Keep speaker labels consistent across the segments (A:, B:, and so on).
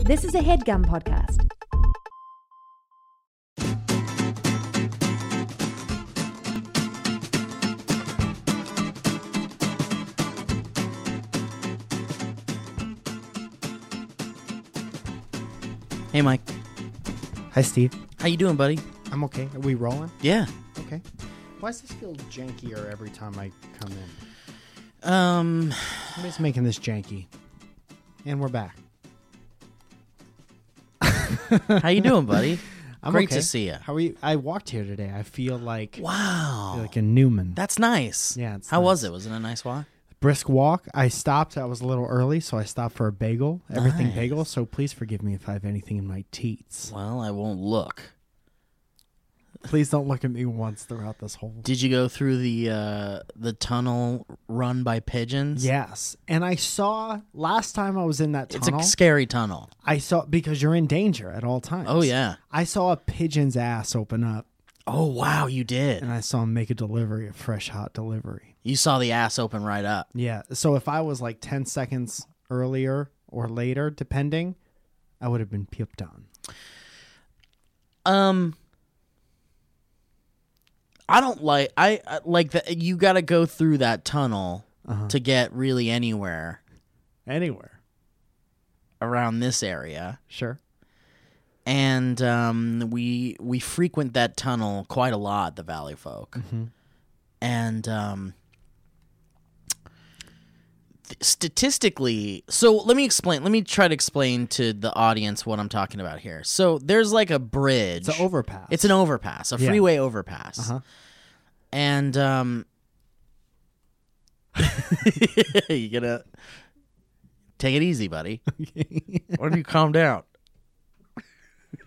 A: This is a headgum podcast.
B: Hey, Mike.
C: Hi, Steve.
B: How you doing, buddy?
C: I'm okay. Are we rolling?
B: Yeah.
C: Okay. Why does this feel jankier every time I come in?
B: Um.
C: What is making this janky? And we're back.
B: How you doing, buddy?
C: I'm
B: Great
C: okay.
B: to see you.
C: How are you? I walked here today. I feel like
B: Wow.
C: like a Newman.
B: That's nice.
C: Yeah, it's
B: How was
C: nice.
B: it? Was it a nice walk?
C: Brisk walk. I stopped. I was a little early, so I stopped for a bagel. Everything
B: Nice.
C: bagel. So please forgive me if I have anything in my teats.
B: Well, I won't look.
C: Please don't look at me once throughout this whole.
B: Did you go through the uh, the tunnel run by pigeons?
C: Yes, and I saw last time I was in that
B: It's
C: tunnel.
B: a scary tunnel.
C: I saw because you're in danger at all times.
B: Oh yeah.
C: I saw a pigeon's ass open up
B: Oh wow, you did.
C: and I saw him make a delivery, a fresh hot delivery.
B: You saw the ass open right up.
C: Yeah. So if I was like 10 seconds earlier or later, depending, I would have been puked on.
B: Um. I don't like I, I like that. You got to go through that tunnel to get really anywhere
C: Anywhere.
B: around this area.
C: Sure.
B: and um, we we frequent that tunnel quite a lot, the Valley folk, and um, th- statistically. So let me explain. Let me try to explain to the audience what I'm talking about here. So there's like a bridge.
C: It's an overpass.
B: It's an overpass, a
C: Yeah.
B: freeway overpass,
C: Uh-huh.
B: and um, you gonna take it easy, buddy. Why don't you calm down?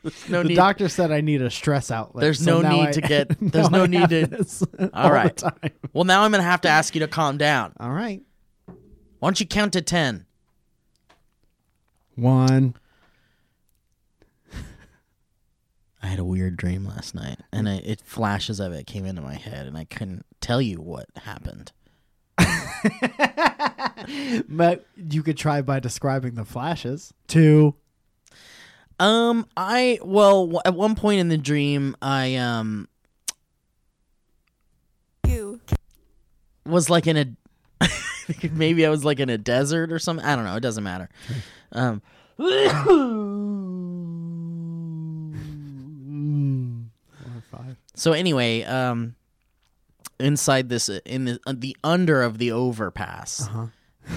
B: There's no
C: the
B: need.
C: doctor said I need a stress outlet.
B: There's no
C: now
B: need
C: I-
B: to get-
C: now
B: there's no
C: I
B: need
C: have
B: to-
C: this all
B: All
C: the
B: right.
C: time.
B: well, now I'm gonna have to ask you to calm down.
C: All right.
B: Why don't you count to ten?
C: One.
B: I had a weird dream last night, and I, it flashes of it came into my head, and I couldn't tell you what happened.
C: But you could try by describing the flashes. Two.
B: Um, I well, w- at one point in the dream, I um
D: you
B: was like in a maybe I was like in a desert or something. I don't know. It doesn't matter. Um,
C: Or five.
B: so anyway, um, inside this uh, in the the under of the overpass
C: Uh-huh.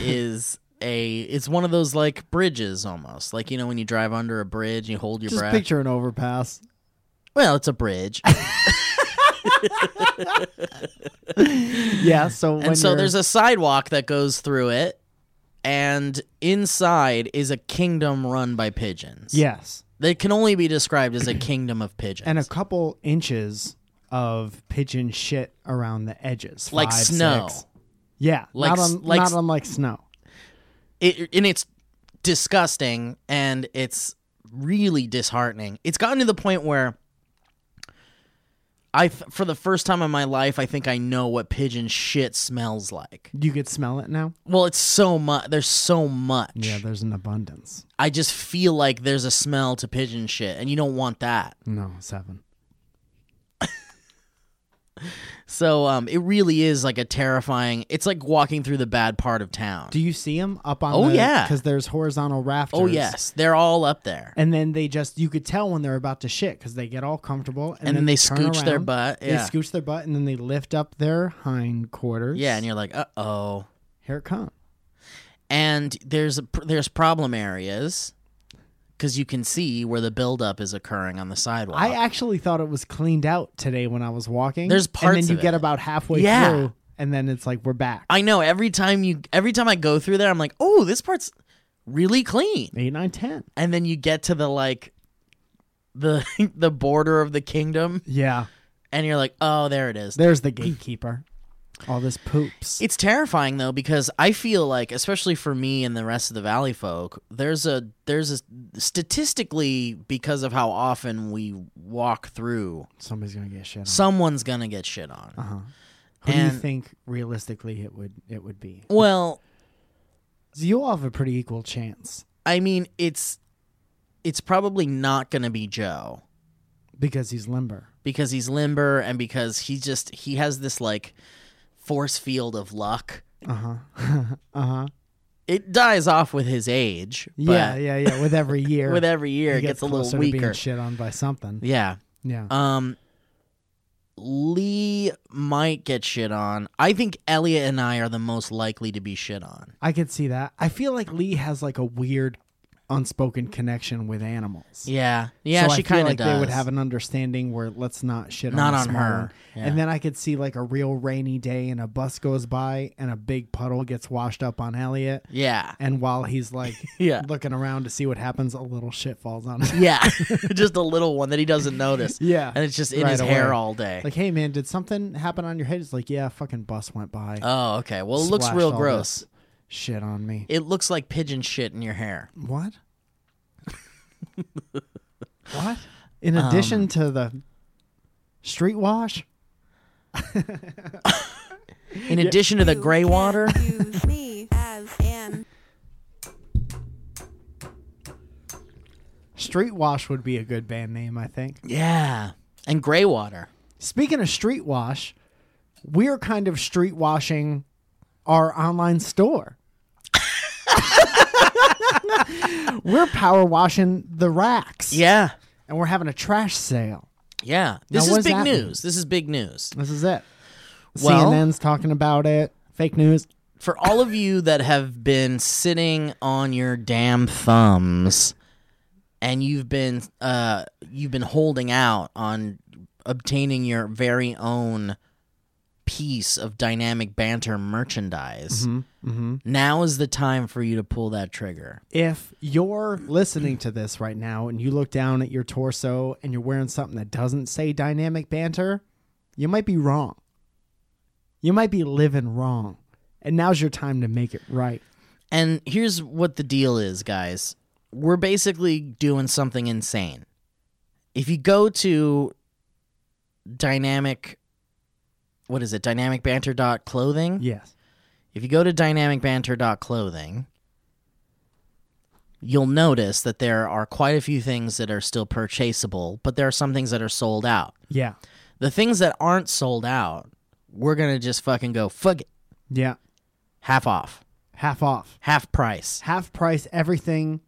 B: is a it's one of those like bridges almost like you know when you drive under a bridge and you hold your
C: Just
B: breath.
C: picture an overpass.
B: Well, it's a bridge,
C: Yeah. So when
B: and so
C: you're-
B: there's a sidewalk that goes through it, and inside is a kingdom run by pigeons.
C: yes.
B: They can only be described as a kingdom of pigeons.
C: and a couple inches of pigeon shit around the edges,
B: like
C: Five,
B: snow.
C: six. Yeah,
B: Like
C: not,
B: s-
C: un-
B: like
C: not
B: s-
C: unlike snow.
B: It and it's disgusting and it's really disheartening. It's gotten to the point where I f- for the first time in my life I think I know what pigeon shit smells like.
C: You could smell it now.
B: Well, it's so much there's so much.
C: Yeah, there's an abundance.
B: I just feel like there's a smell to pigeon shit and you don't want that.
C: No seven.
B: So um it really is like a terrifying. It's like walking through the bad part of town.
C: Do you see them up on?
B: Oh, yeah.
C: because there's horizontal rafters.
B: oh yes, they're all up there.
C: And then they just you could tell when they're about to shit because they get all comfortable and,
B: And then they
C: turn
B: scooch their
C: around,
B: butt,
C: They
B: yeah.
C: scooch their butt and then they lift up their hindquarters.
B: yeah, and you're like, "Uh-oh."
C: here it comes.
B: and there's there's problem areas because you can see where the buildup is occurring on the sidewalk.
C: I actually thought it was cleaned out today when I was walking.
B: There's
C: and
B: parts
C: then you
B: of
C: get
B: it.
C: about halfway
B: Yeah.
C: through, and then it's like we're back.
B: I know every time you every time I go through there, I'm like, oh, this part's really clean.
C: Eight, nine, ten.
B: And then you get to the like the the border of the kingdom,
C: Yeah.
B: and you're like, oh, there it is.
C: There's the gatekeeper. All this poops.
B: It's terrifying though because I feel like, especially for me and the rest of the Valley folk, there's a there's a statistically because of how often we walk through,
C: Somebody's gonna get shit on.
B: someone's gonna get shit on.
C: Uh-huh. Who do you
B: and-
C: think realistically it would it would be?
B: Well,
C: So you all have a pretty equal chance.
B: I mean, it's it's probably not going to be Joe
C: because he's limber.
B: because he's limber and because he just he has this like force field of luck.
C: Uh huh. uh huh.
B: It dies off with his age, but
C: Yeah, yeah, yeah. With every year,
B: with every year
C: he
B: it gets, a
C: closer
B: little
C: To being
B: weaker.
C: shit on by something.
B: yeah.
C: Yeah.
B: Um Lee might get shit on. I think Elliot and I are the most likely to be shit on.
C: I could see that. I feel like Lee has like a weird, unspoken connection with animals.
B: Yeah. Yeah,
C: So I
B: she
C: feel
B: kind of
C: like
B: does.
C: They would have an understanding where let's not shit
B: Not
C: on, the
B: on
C: small
B: her.
C: one.
B: Yeah.
C: And then I could see like a real rainy day and a bus goes by and a big puddle gets washed up on Elliot.
B: yeah.
C: And while he's like
B: Yeah.
C: looking around to see what happens, a little shit falls on him.
B: Yeah. just a little one that he doesn't notice.
C: yeah.
B: And it's just in
C: Right
B: his hair
C: away.
B: all day.
C: like, hey man, did something happen on your head? It's like, yeah, a fucking bus went by.
B: oh, okay. Well, it looks
C: Splashed
B: real
C: all
B: gross.
C: this Shit on me.
B: It looks like pigeon shit in your hair.
C: What? what? In addition
B: Um,
C: to the street wash?
B: In addition to the gray water,
A: Use me as an
C: Street wash would be a good band name, I think.
B: yeah, and gray water.
C: Speaking of street wash, we're kind of street washing our online store. we're power washing the racks.
B: Yeah,
C: And we're having a trash sale.
B: yeah. This
C: what
B: is
C: does
B: big
C: that mean?
B: news. This is big news
C: This is it.
B: Well-
C: CNN's talking about it. Fake news.
B: for all of you that have been sitting on your damn thumbs, and you've been uh you've been holding out on obtaining your very own piece of dynamic banter merchandise.
C: Mm-hmm.
B: Now is the time for you to pull that trigger.
C: if you're listening to this right now and you look down at your torso and you're wearing something that doesn't say dynamic banter, you might be wrong. You might be living wrong. And now's your time to make it right.
B: And here's what the deal is, guys. We're basically doing something insane. If you go to dynamic what is it? dynamicbanter.clothing.
C: Yes.
B: If you go to dynamicbanter.clothing, you'll notice that there are quite a few things that are still purchasable, but there are some things that are sold out.
C: Yeah.
B: The things that aren't sold out, we're going to just fucking go fuck it,
C: Yeah.
B: half off,
C: Half off.
B: half price.
C: Half price everything.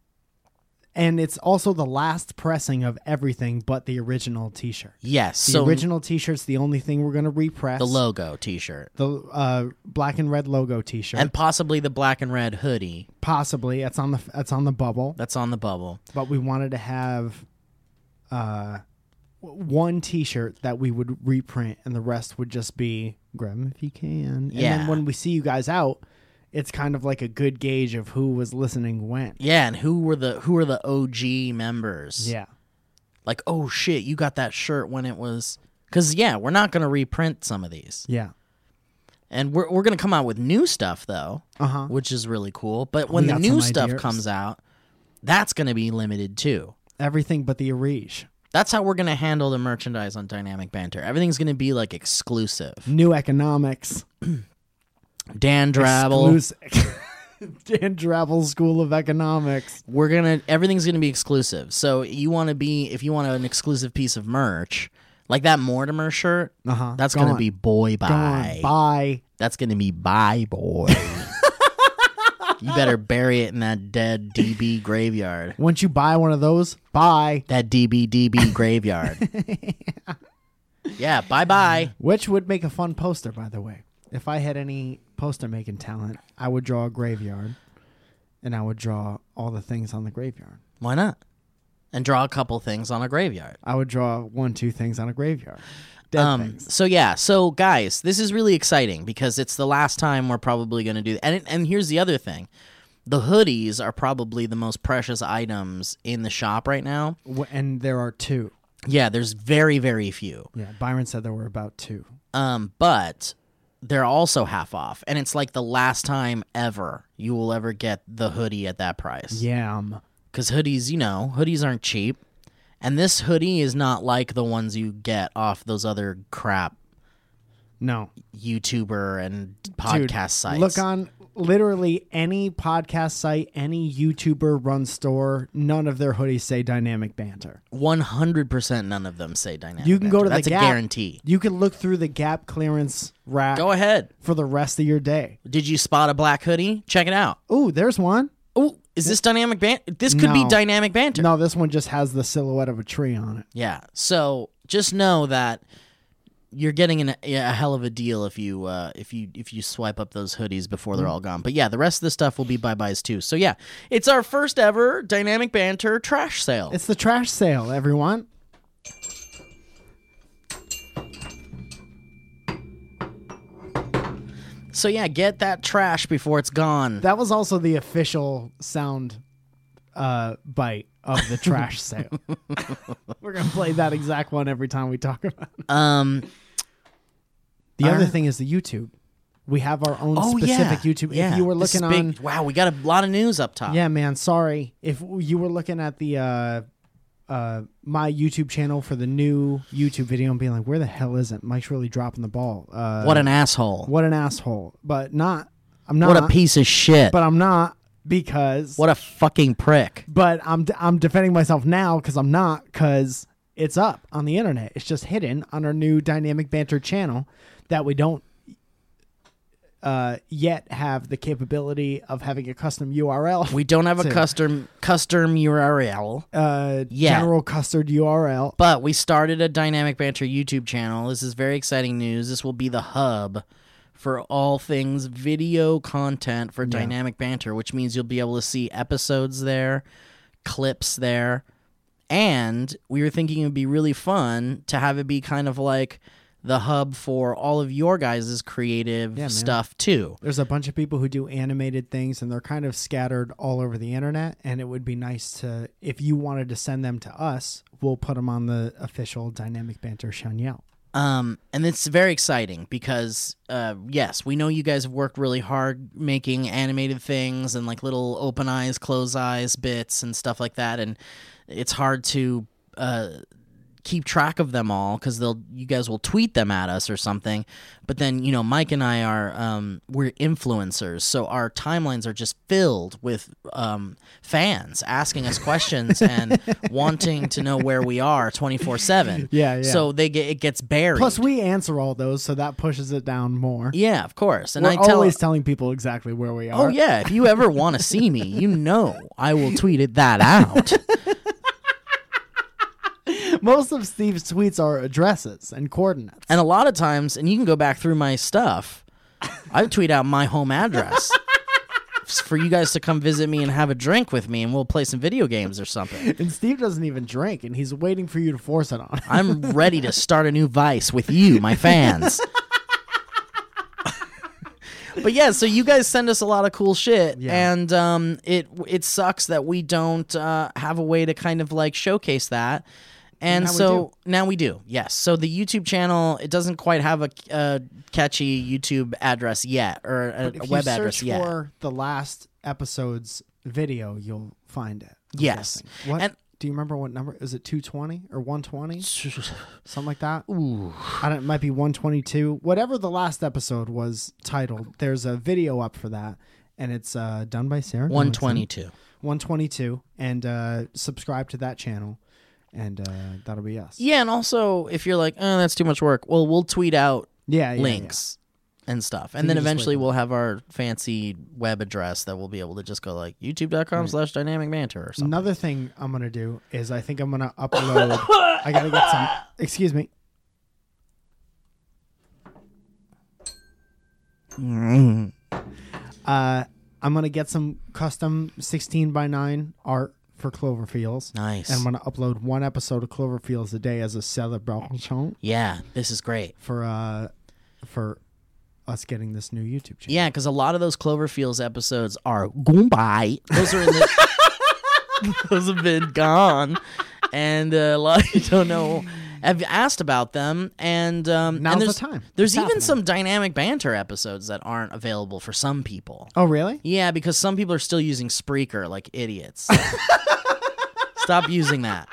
C: And it's also the last pressing of everything but the original t shirt.
B: Yes.
C: The
B: so
C: original t shirt's the only thing we're going to repress.
B: the logo t-shirt
C: The uh, black and red logo t shirt.
B: and possibly the black and red hoodie
C: possibly that's on the that's on the bubble
B: that's on the bubble
C: but we wanted to have uh w- one t-shirt that we would reprint and the rest would just be grab 'em if you can and
B: Yeah.
C: then when we see you guys out it's kind of like a good gauge of who was listening when
B: yeah and who were the who were the og members
C: yeah
B: like oh shit you got that shirt when it was because yeah we're not gonna reprint some of these
C: yeah
B: and we're, we're gonna come out with new stuff though
C: uh-huh
B: which is really cool but when the
C: got
B: new
C: some
B: stuff
C: ideas.
B: comes out that's gonna be limited too
C: everything but the arige
B: that's how we're gonna handle the merchandise on dynamic banter everything's gonna be like exclusive
C: new economics
B: dan drabble
C: exclusive- dan drabble school of economics
B: we're gonna everything's gonna be exclusive so you want to be if you want an exclusive piece of merch like that mortimer shirt
C: uh-huh
B: that's
C: Gone.
B: gonna be boy
C: Gone.
B: bye
C: bye
B: that's gonna be bye boy you better bury it in that dead db graveyard
C: once you buy one of those bye
B: that db db graveyard yeah bye bye
C: Which would make a fun poster, by the way. If I had any poster making talent, I would draw a graveyard and I would draw all the things on the graveyard.
B: why not and draw a couple things on a graveyard
C: I would draw one, two things on a graveyard. Dead
B: Um,
C: things.
B: so yeah, so guys, this is really exciting because it's the last time we're probably going to do. And and here's the other thing, the hoodies are probably the most precious items in the shop right now.
C: W- And there are two.
B: Yeah, there's very very few,
C: Yeah. Byron said there were about two.
B: um, but they're also half off, and it's like the last time ever you will ever get the hoodie at that price.
C: Yam.
B: because hoodies, you know, hoodies aren't cheap, and this hoodie is not like the ones you get off those other crap
C: No.
B: YouTuber and podcast
C: Dude,
B: sites.
C: Look on literally any podcast site, any YouTuber run store, none of their hoodies say dynamic banter.
B: One hundred percent, none of them say dynamic.
C: You can go
B: banter.
C: to
B: That's
C: the
B: a
C: Gap.
B: guarantee.
C: You can look through the Gap clearance rack
B: Go ahead.
C: for the rest of your day.
B: Did you spot a black hoodie? Check it out.
C: Oh, there's one.
B: Oh, is this dynamic banter? This could be
C: No.
B: dynamic banter.
C: No, this one just has the silhouette of a tree on it.
B: Yeah. So just know that you're getting an, a hell of a deal if you uh, if you if you swipe up those hoodies before
C: Mm.
B: they're all gone. But yeah, the rest of the stuff will be bye byes too. So yeah, it's our first ever dynamic banter trash sale.
C: It's the trash sale, everyone.
B: so yeah, get that trash before it's gone.
C: That was also the official sound uh, bite of the trash sale. We're gonna play that exact one every time we talk about. it.
B: um.
C: The
B: Our-
C: other thing is the YouTube. We have our own
B: Oh yeah.
C: specific YouTube.
B: Yeah.
C: If you were
B: This
C: looking
B: is
C: on,
B: big- wow, we got a lot of news up top.
C: yeah, man, sorry. If you were looking at the uh, uh, my YouTube channel for the new YouTube video and being like, "Where the hell is it?" Mike's really dropping the ball. Uh,
B: What an asshole.
C: what an asshole! But not. I'm not.
B: What a piece of shit.
C: But I'm not because
B: What a fucking prick.
C: but I'm I'm defending myself now because I'm not because it's up on the internet. It's just hidden on our new dynamic banter channel that we don't uh, yet have the capability of having a custom URL.
B: We don't have a
C: Say that.
B: custom custom URL.
C: uh,
B: Yeah.
C: general custard URL.
B: But we started a Dynamic Banter YouTube channel. This is very exciting news. This will be the hub for all things video content for Dynamic Banter, which means you'll be able to see episodes there, clips there. And we were thinking it would be really fun to have it be kind of like the hub for all of your guys' creative
C: man.
B: stuff too.
C: There's a bunch of people who do animated things and they're kind of scattered all over the internet. And it would be nice to, if you wanted to send them to us, we'll put them on the official Dynamic Banter Channel.
B: Um, and it's very exciting because, uh, yes, we know you guys have worked really hard making animated things and like little open eyes, close eyes bits and stuff like that. And it's hard to uh, keep track of them all because they'll you guys will tweet them at us or something. But then you know, Mike and I are um, we're influencers, so our timelines are just filled with um, fans asking us questions and wanting to know where we are twenty four seven.
C: Yeah, yeah.
B: So they get it gets buried.
C: Plus, we answer all those, so that pushes it down more.
B: yeah, of course. And
C: We're
B: I tell
C: always telling people exactly where we are.
B: Oh yeah, if you ever want to see me, you know I will tweet it that out.
C: Most of Steve's tweets are addresses and coordinates.
B: And a lot of times, and you can go back through my stuff, I tweet out my home address for you guys to come visit me and have a drink with me, and we'll play some video games or something.
C: And Steve doesn't even drink, and he's waiting for you to force it on. him.
B: I'm ready to start a new vice with you, my fans. but yeah, so you guys send us a lot of cool shit,
C: Yeah.
B: and um, it it sucks that we don't uh, have a way to kind of like showcase that. And
C: Now we
B: so now we do, yes. So the YouTube channel it doesn't quite have a uh, catchy YouTube address yet, or a,
C: If
B: a
C: you
B: web
C: search
B: address yet.
C: for the last episode's video, you'll find it. I'm
B: Yes.
C: guessing. What?
B: And-
C: do you remember what number? Is it 220 or 120? Something like that? Ooh. I don't, it might be 122. Whatever the last episode was titled, there's a video up for that, and it's uh, done by Sarah.
B: One
C: Knowlton.
B: twenty two.
C: 122 and uh, subscribe to that channel and uh, that'll be us
B: Yeah, and also if you're like, oh, that's too much work. Well, we'll tweet out
C: yeah, yeah,
B: links and stuff. And
C: you
B: then
C: just wait
B: eventually
C: on
B: we'll have our fancy web address that we'll be able to just go like youtube.com slash dynamic banter or
C: yeah.
B: something.
C: another thing i'm gonna do is i think i'm gonna upload i gotta get some excuse me uh, i'm gonna get some custom 16 by 9 art for cloverfields
B: Nice.
C: and i'm gonna upload one episode of cloverfields a day as a celebration
B: yeah, this is great.
C: for uh for us getting this new youtube channel
B: Yeah, because a lot of those Cloverfields episodes are goodbye. Those are in the, those have been gone, and uh, a lot you don't know. I've asked about them, and um,
C: Now's
B: and
C: the
B: there's,
C: time.
B: There's
C: It's
B: even
C: happening.
B: some dynamic banter episodes that aren't available for some people.
C: oh really
B: Yeah, because some people are still using Spreaker like idiots. Stop using that.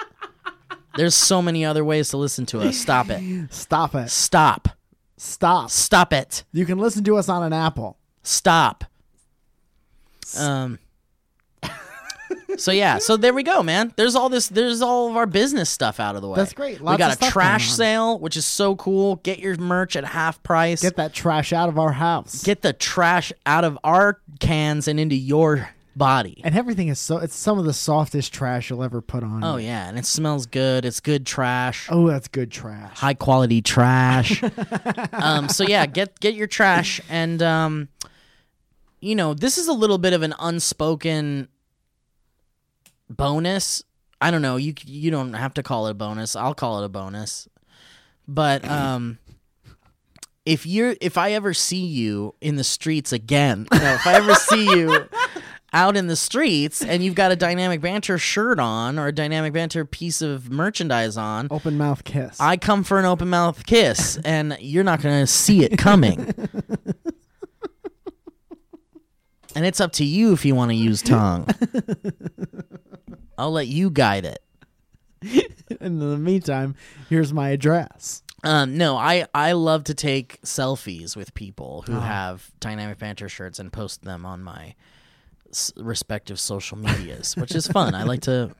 B: There's so many other ways to listen to us. Stop it.
C: stop it
B: Stop.
C: stop
B: Stop it.
C: you can listen to us on an apple
B: Stop. Um. So yeah, so there we go, man. There's all this. There's all of our business stuff out of the way.
C: That's great.
B: we
C: Lots
B: got
C: of
B: a
C: stuff
B: trash
C: going on.
B: sale, which is so cool. Get your merch at half price.
C: Get that trash out of our house.
B: Get the trash out of our cans and into your body.
C: and everything is so it's some of the softest trash you'll ever put on.
B: Oh yeah, and it smells good. It's good trash.
C: Oh, that's good trash.
B: High quality trash. um, so yeah, get get your trash and um, you know this is a little bit of an unspoken bonus. I don't know. You c- you don't have to call it a bonus. I'll call it a bonus. But um, if you're if I ever see you in the streets again, no, if I ever see you out in the streets and you've got a dynamic banter shirt on or a dynamic banter piece of merchandise on,
C: Open mouth kiss.
B: I come for an open mouth kiss, and you're not going to see it coming. and it's up to you if you want to use tongue. I'll let you guide it.
C: and in the meantime, here's my address.
B: Um, no, I, I love to take selfies with people who have dynamic banter shirts and post them on my s- respective social medias, which is fun. I like to,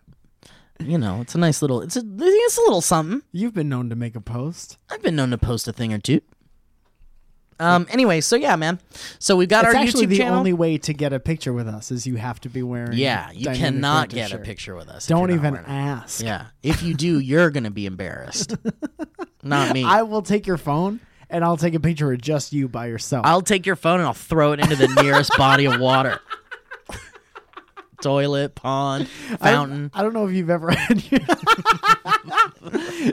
B: you know, it's a nice little it's a it's a little something.
C: You've been known to make a post.
B: I've been known to post a thing or two. Um. Anyway, so yeah, man. So we've got
C: It's
B: our
C: actually
B: YouTube
C: the
B: channel.
C: only way to get a picture with us is you have to be wearing.
B: yeah, you
C: Dynamic
B: cannot
C: Banter
B: get a
C: shirt.
B: picture with us. if you're
C: Don't
B: not
C: even
B: wearing it.
C: ask.
B: Yeah, if you do, you're gonna be embarrassed. not me.
C: I will take your phone and I'll take a picture of just you by yourself.
B: I'll take your phone and I'll throw it into the nearest body of water. Toilet, pond,
C: I don't-
B: fountain.
C: I don't know if you've ever had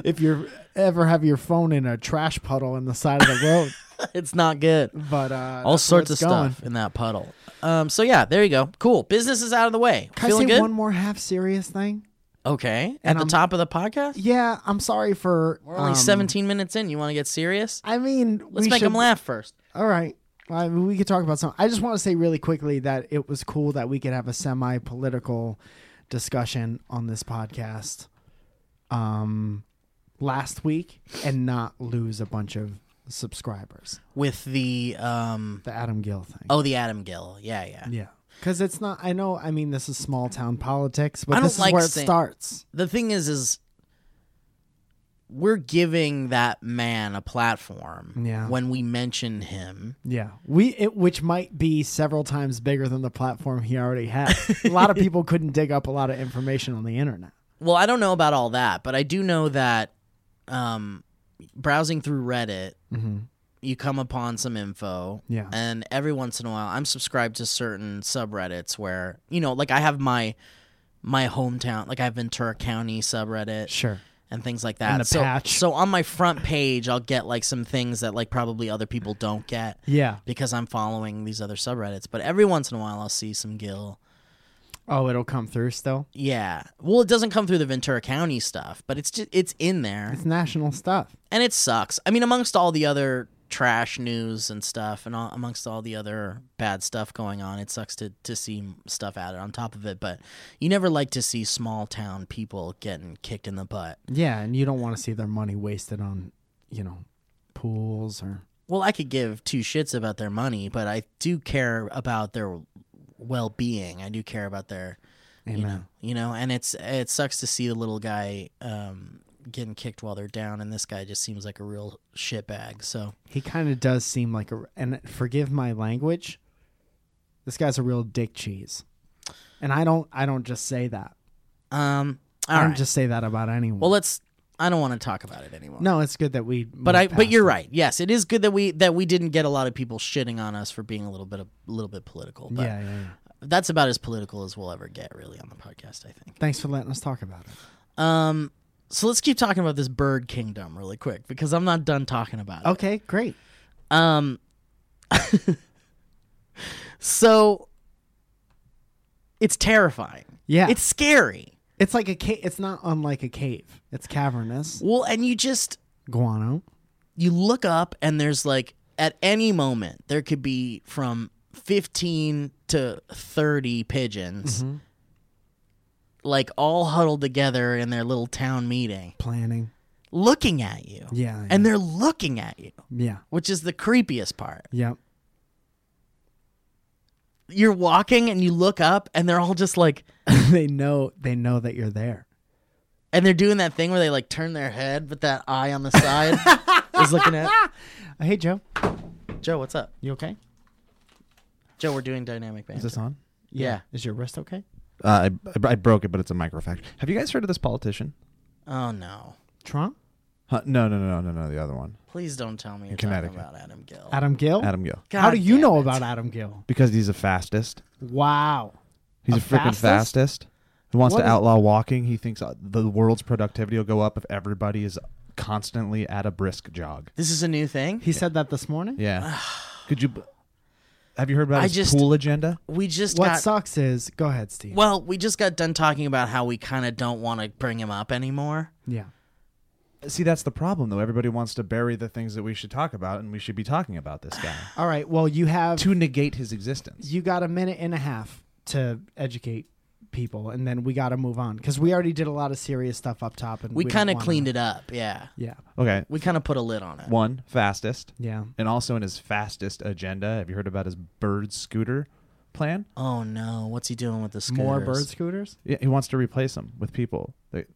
C: if you ever have your phone in a trash puddle in the side of the road,
B: It's not good.
C: but uh,
B: All
C: that's where
B: sorts of
C: it's going.
B: stuff in that puddle. Um. So yeah, there you go. Cool. Business is out of the way.
C: Can
B: Feeling
C: I say
B: good.
C: one more half serious thing?
B: okay. At
C: And
B: the
C: I'm-
B: top of the podcast.
C: Yeah, I'm sorry for
B: We're only
C: um,
B: 17 minutes in. You want to get serious?
C: I mean,
B: Let's
C: we
B: make
C: should,
B: them laugh first.
C: All right. I mean, we could talk about some. I just want to say really quickly that it was cool that we could have a semi-political discussion on this podcast um, last week and not lose a bunch of subscribers.
B: With the um
C: The Adam Gill thing.
B: oh the Adam Gill. Yeah, yeah.
C: yeah. Because it's not. I know. I mean, this is small town politics, but
B: I don't
C: this is
B: like
C: where it
B: saying-
C: starts.
B: The thing is is we're giving that man a platform
C: Yeah.
B: when we mention him.
C: Yeah, we it, which might be several times bigger than the platform he already had. a lot of people couldn't dig up a lot of information on the internet.
B: Well, I don't know about all that, but I do know that um browsing through Reddit, you come upon some info.
C: Mm-hmm. Yeah.
B: And every once in a while, I'm subscribed to certain subreddits where, you know, like I have my my hometown, like I have Ventura County subreddit.
C: Sure.
B: and things like that.
C: the
B: so,
C: patch.
B: so on my front page, I'll get like some things that like probably other people don't get
C: Yeah.
B: because I'm following these other subreddits. But every once in a while, I'll see some Gil.
C: Oh, it'll come through still.
B: Yeah. Well, it doesn't come through the Ventura County stuff, but it's just it's in there,
C: It's national stuff.
B: and it sucks. I mean, amongst all the other trash news and stuff, and all, amongst all the other bad stuff going on, it sucks to to see stuff added on top of it. But you never like to see small town people getting kicked in the butt.
C: Yeah, and you don't want to see their money wasted on, you know, pools or
B: Well, I could give two shits about their money, but I do care about their well-being. I do care about their, you know,
C: Amen.
B: you know, and it's it sucks to see the little guy um, getting kicked while they're down, and this guy just seems like a real shitbag. So
C: He kind of does seem like a and forgive my language. This guy's a real dick cheese. And I don't I don't just say that.
B: um, all
C: I
B: right.
C: don't just say that about anyone.
B: well, let's. I don't want to talk about it anymore.
C: no, it's good that we
B: but I. But you're right. Yes, it is good that we that we didn't get a lot of people shitting on us for being a little bit a little bit political. But
C: Yeah, yeah, yeah.
B: that's about as political as we'll ever get, really, on the podcast. I think.
C: Thanks for letting us talk about it.
B: Um, so let's keep talking about this bird kingdom really quick because I'm not done talking about it.
C: Okay, great.
B: Um, so it's terrifying.
C: Yeah.
B: It's scary.
C: It's like a cave. It's not unlike a cave. It's cavernous.
B: Well, and you just
C: Guano.
B: you look up and there's like at any moment there could be from 15 to 30 pigeons
C: Mm-hmm.
B: like all huddled together in their little town meeting
C: Planning.
B: looking at you.
C: Yeah,
B: And they're looking at you,
C: Yeah.
B: which is the creepiest part.
C: Yep.
B: you're walking and you look up and they're all just like
C: they know they know that you're there.
B: and they're doing that thing where they like turn their head but that eye on the side is looking at
C: Uh, hey Joe,
B: Joe, what's up?
C: you okay?
B: Joe, we're doing dynamic
C: Is
B: banter.
C: this on?
B: Yeah.
C: Is your wrist okay?
D: Uh, I, I broke it, but it's a microfact. Have you guys heard of this politician?
B: Oh no.
C: Trump?
D: Huh? No, no, no, no, no, no. The other one,
B: Please don't tell me you're talking
D: Connecticut.
B: about Adam Gill.
C: Adam Gill?
D: Adam Gill,
B: God
C: How do you
B: damn
C: know
B: it.
C: about Adam Gill?
D: because he's the fastest.
C: Wow.
D: He's
C: A
D: a freaking
C: fastest?
D: fastest. He wants
C: What
D: to
C: is-
D: outlaw walking. He thinks uh, the world's productivity will go up if everybody is constantly at a brisk jog.
B: This is a new thing.
C: He said that this morning?
D: Yeah. Could you? b- Have you heard about
B: I
D: his
B: just-
D: pool agenda?
B: We just
C: What
B: got
C: sucks is go ahead, Steve.
B: well, we just got done talking about how we kind of don't want to bring him up anymore.
C: Yeah.
D: See, that's the problem, though. Everybody wants to bury the things that we should talk about, and we should be talking about this guy
C: All right. Well, you have
D: to negate his existence.
C: you got a minute and a half to educate people and then we got to move on cuz we already did a lot of serious stuff up top and
B: We,
C: don't
B: kind of
C: wanna-
B: cleaned it up. Yeah.
C: Yeah.
D: Okay,
B: We kind of put a lid on it.
D: one fastest,
C: Yeah.
D: and also in his fastest agenda. Have you heard about his bird scooter plan?
B: Oh no, what's he doing with the scooters?
C: More bird scooters?
D: Yeah, he wants to replace them with people that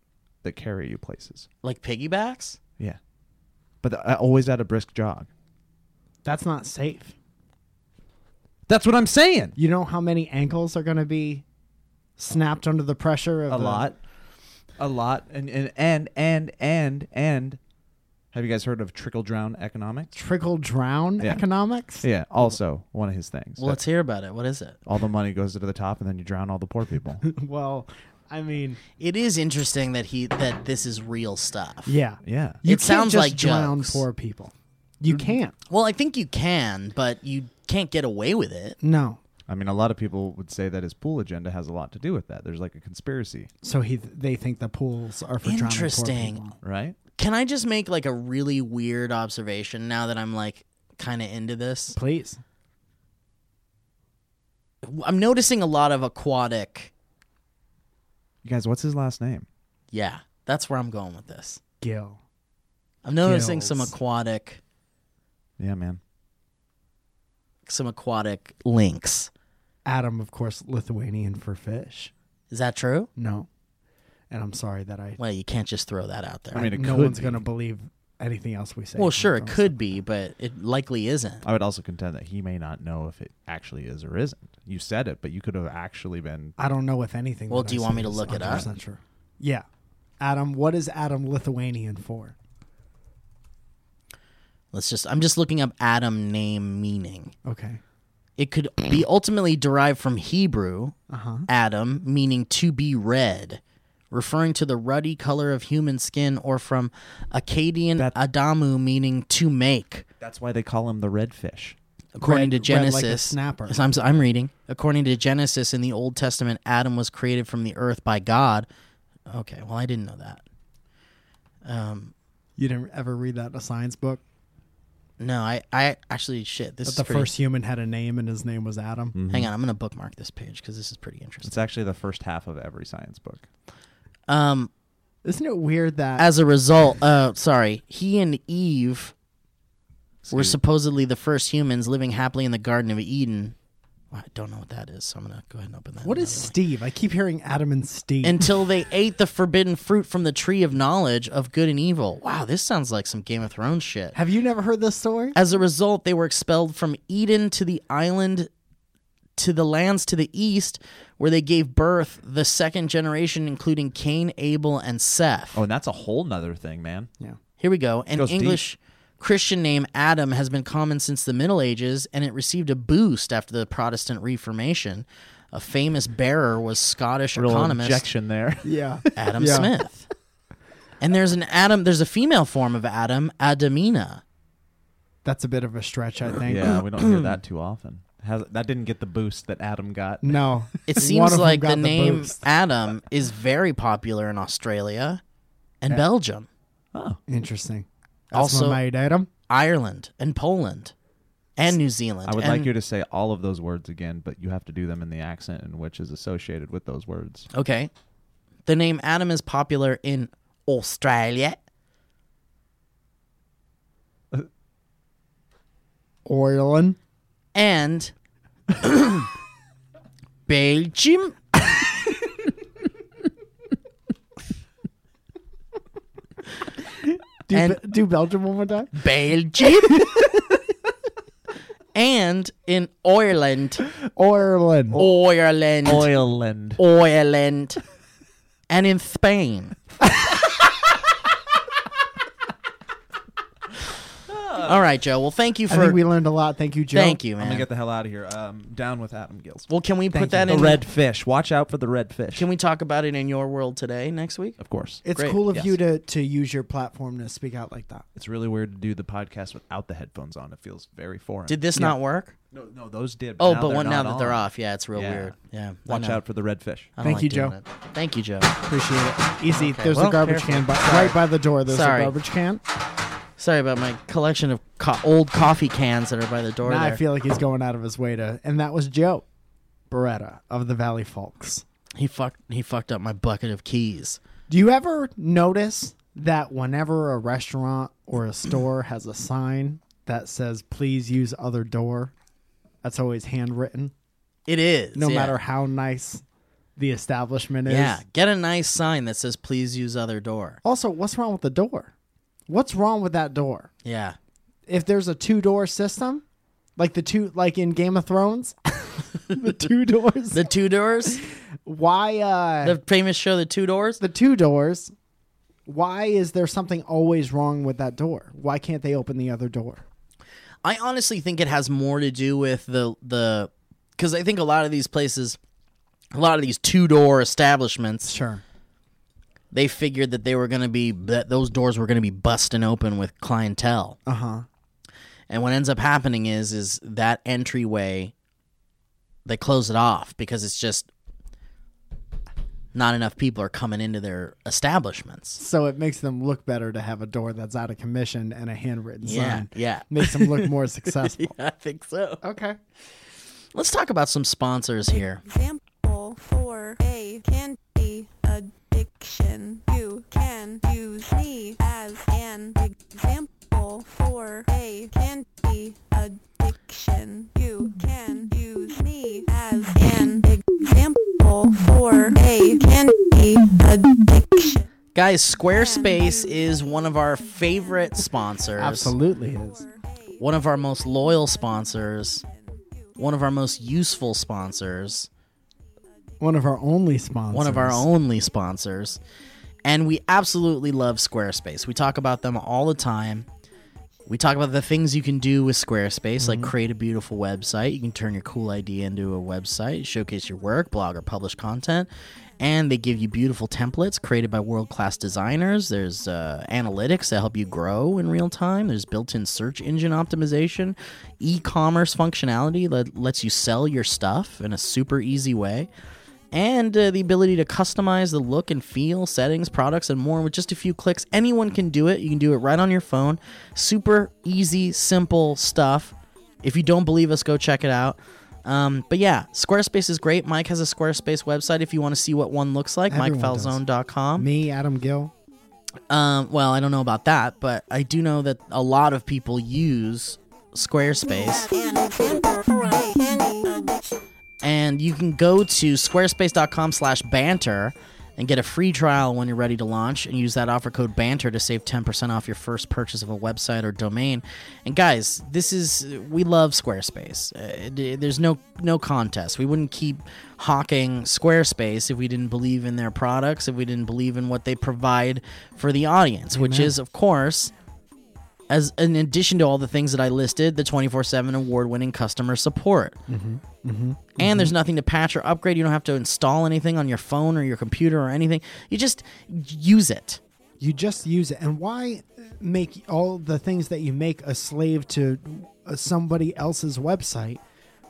D: that carry you places.
B: Like piggybacks?
D: Yeah, but th- uh, always at a brisk jog.
C: That's not safe.
D: That's what I'm saying.
C: You know how many ankles are going to be snapped under the pressure of
D: a
C: the-
D: lot a lot and and and and and and have you guys heard of trickle drown economics
C: trickle drown
D: Yeah.
C: economics?
D: yeah also one of his things
B: Well, let's hear about it. What is it?
D: all the money goes to the top and then you drown all the poor people
C: well, I mean,
B: It is interesting that he that this is real stuff.
C: yeah.
D: yeah
C: You
B: It
C: can't
B: sounds
C: just
B: like Mm.
C: drown
B: jokes.
C: poor people. You can't.
B: Well, I think you can, but you can't get away with it.
C: No.
D: i mean a lot of people would say that his pool agenda has a lot to do with that there's like a conspiracy
C: So he they think the pools are for
B: Interesting.
C: drowning poor people.
D: right
B: Can I just make like a really weird observation now that I'm like kind of into this?
C: Please.
B: I'm noticing a lot of aquatic.
D: you guys what's his last name
B: Yeah, that's where I'm going with this.
C: Gil.
B: I'm noticing some
C: Gills.
B: aquatic
D: yeah man
B: some aquatic links.
C: Adam, of course, Lithuanian for fish.
B: Is that true?
C: No. And I'm sorry that I.
B: Well, you can't just throw that out there.
D: I mean, it
C: no
D: could
C: one's
D: be.
C: going to believe anything else we say.
B: well, sure, it could be, but it likely isn't.
D: i would also contend that he may not know if it actually is or isn't you said it but you could have actually been
C: I don't know if anything.
B: Well,
C: that
B: do
C: I
B: you
C: say
B: want me to
C: is
B: look it up?
C: 100% True. Yeah. Adam, what is Adam Lithuanian for?
B: Let's just I'm just looking up Adam name meaning.
C: Okay.
B: It could be ultimately derived from Hebrew,
C: Uh huh.
B: Adam, meaning to be red, referring to the ruddy color of human skin, or from Akkadian Adamu, meaning to make.
D: that's why they call him the red fish
B: According to
C: Red- red like a
B: Genesis,
C: snapper.
B: Yes, I'm, I'm reading. According to Genesis in the Old Testament, Adam was created from the earth by God. Okay, well, I didn't know that. Um,
C: You didn't ever read that in a science book?
B: no, I, I actually shit. This
C: That
B: is
C: the
B: pretty-
C: first human had a name and his name was Adam?
D: Mm.
B: Hang on, I'm gonna bookmark this page because this is pretty interesting.
D: it's actually the first half of every science book
B: Um,
C: Isn't it weird that
B: as a result, uh, sorry, he and Eve were
D: Excuse-
B: supposedly the first humans living happily in the Garden of Eden. Well, I don't know what that is, so I'm gonna go ahead and open that.
C: what is
B: another way.
C: Steve? I keep hearing Adam and Steve.
B: until they ate the forbidden fruit from the tree of knowledge of good and evil? Wow, this sounds like some Game of Thrones shit.
C: Have you never heard this story?
B: As a result, they were expelled from Eden to the island to the lands to the east, where they gave birth the second generation, including Cain, Abel, and Seth.
D: oh and that's a whole nother thing man
C: Yeah.
B: Here we go. An
D: Goes deep.
B: English Christian name Adam has been common since the Middle Ages, and it received a boost after the Protestant Reformation. A famous bearer was Scottish
D: real
B: economist
D: objection there
C: Yeah.
B: Adam
C: Yeah.
B: Smith. And there's an Adam. There's a female form of Adam, Adamina.
C: That's a bit of a stretch, I think.
D: Yeah, we don't hear that too often. Has, that didn't get the boost that Adam got.
C: No.
B: It
C: One of
B: seems
C: them
B: like
C: got
B: the, name
C: boost.
B: Adam is very popular in Australia and Belgium,
D: Oh,
C: Interesting.
B: Also-
C: also made Adam.
B: Ireland and Poland, and New Zealand.
D: I would
B: and
D: like you to say all of those words again, but you have to do them in the accent in which is associated with those words.
B: Okay. The name Adam is popular in Australia.
C: Orlin.
B: and Belgium.
C: Do,
B: And-
C: Be- do Belgium one more time.
B: Belgium. and in Ireland.
C: Ireland.
B: Oh, Ireland.
D: Oiland.
B: Ireland. And in Spain. All right, Joe. Well, thank you
C: I
B: for.
C: think we learned a lot. Thank you, Joe.
B: thank you,
D: I'm
B: man.
D: gonna get the hell out of here. Um, down with Adam Gills.
B: well, can we put that
D: the
B: in?
D: red fish. Watch out for the red fish.
B: Can we talk about it in your world today, next week?
D: Of course.
C: It's
B: Great.
C: cool of
D: Yes.
C: you to to use your platform to speak out like that.
D: It's really weird to do the podcast without the headphones on. It feels very foreign.
B: Did this
C: Yeah.
B: not work?
D: no, no, those did.
B: Oh,
D: now
B: but
D: they're
B: one now
D: not
B: that they're
D: on.
B: off, yeah, it's real
D: Yeah.
B: weird. Yeah, I
D: Watch
B: know.
D: out for the red fish.
B: I don't
C: Thank
B: like
C: you,
B: doing
C: Joe.
B: that. Thank you, Joe.
C: Appreciate it. Easy. There's
B: well,
C: a garbage
B: careful.
C: can by,
B: Sorry.
C: right by the door. There's
B: Sorry.
C: a garbage can.
B: Sorry about my collection of co- old coffee cans that are by the door.
C: Now I
B: there.
C: feel like he's going out of his way to. And that was Joe Beretta of the Valley Folks.
B: he fucked. He fucked up my bucket of keys.
C: Do you ever notice that whenever a restaurant or a store has a sign that says "Please use other door," that's always handwritten,
B: It is
C: no
B: yeah.
C: matter how nice the establishment is.
B: Yeah, get a nice sign that says "Please use other door."
C: Also, what's wrong with the door? What's wrong with that door?
B: Yeah,
C: If there's a two-door system, like the two, like in Game of Thrones, the two doors.
B: the two doors,
C: why? uh
B: the famous show, the two doors.
C: the two doors. Why is there something always wrong with that door? Why can't they open the other door?
B: I honestly think it has more to do with the the because I think a lot of these places, a lot of these two door establishments,
C: Sure.
B: they figured that they were going to be that those doors were going to be busting open with clientele.
C: Uh huh.
B: And what ends up happening is is that entryway they close it off because it's just not enough people are coming into their establishments.
C: So it makes them look better to have a door that's out of commission and a handwritten
B: Yeah,
C: sign.
B: yeah.
C: Makes them look more successful.
B: I think so.
C: Okay.
B: Let's talk about some sponsors here.
A: Example for a candy addiction. You can use me as an example for a candy addiction. You can use me as an example for a candy addiction.
B: Guys, Squarespace is one of our favorite sponsors.
C: Absolutely is.
B: One of our most loyal sponsors. One of our most useful sponsors.
C: One of our only sponsors.
B: one of our only sponsors. And we absolutely love Squarespace. We talk about them all the time. We talk about the things you can do with Squarespace, like create a beautiful website. You can turn your cool idea into a website, showcase your work, blog, or publish content. And they give you beautiful templates created by world class designers. There's uh, analytics that help you grow in real time. There's built in search engine optimization, e commerce functionality that lets you sell your stuff in a super easy way and uh, the ability to customize the look and feel, settings, products, and more with just a few clicks. Anyone can do it. You can do it right on your phone. Super easy, simple stuff. If you don't believe us, go check it out. Um, but yeah, Squarespace is great. Mike has a Squarespace website if you want to see what one looks like,
C: Everyone does.
B: MikeFalzone.com.
C: Me, Adam Gill.
B: Um, well, I don't know about that, but I do know that a lot of people use Squarespace.
A: An example for a candy addiction.
B: and you can go to squarespace.com slash banter and get a free trial when you're ready to launch and use that offer code banter to save 10% off your first purchase of a website or domain and guys this is we love squarespace Uh, d- there's no no contest we wouldn't keep hawking squarespace if we didn't believe in their products if we didn't believe in what they provide for the audience which is of course as in addition to all the things that I listed, the 24/7 award-winning customer support. And there's nothing to patch or upgrade. You don't have to install anything on your phone or your computer or anything. You just use it.
C: You just use it. And why make all the things that you make a slave to uh, somebody else's website?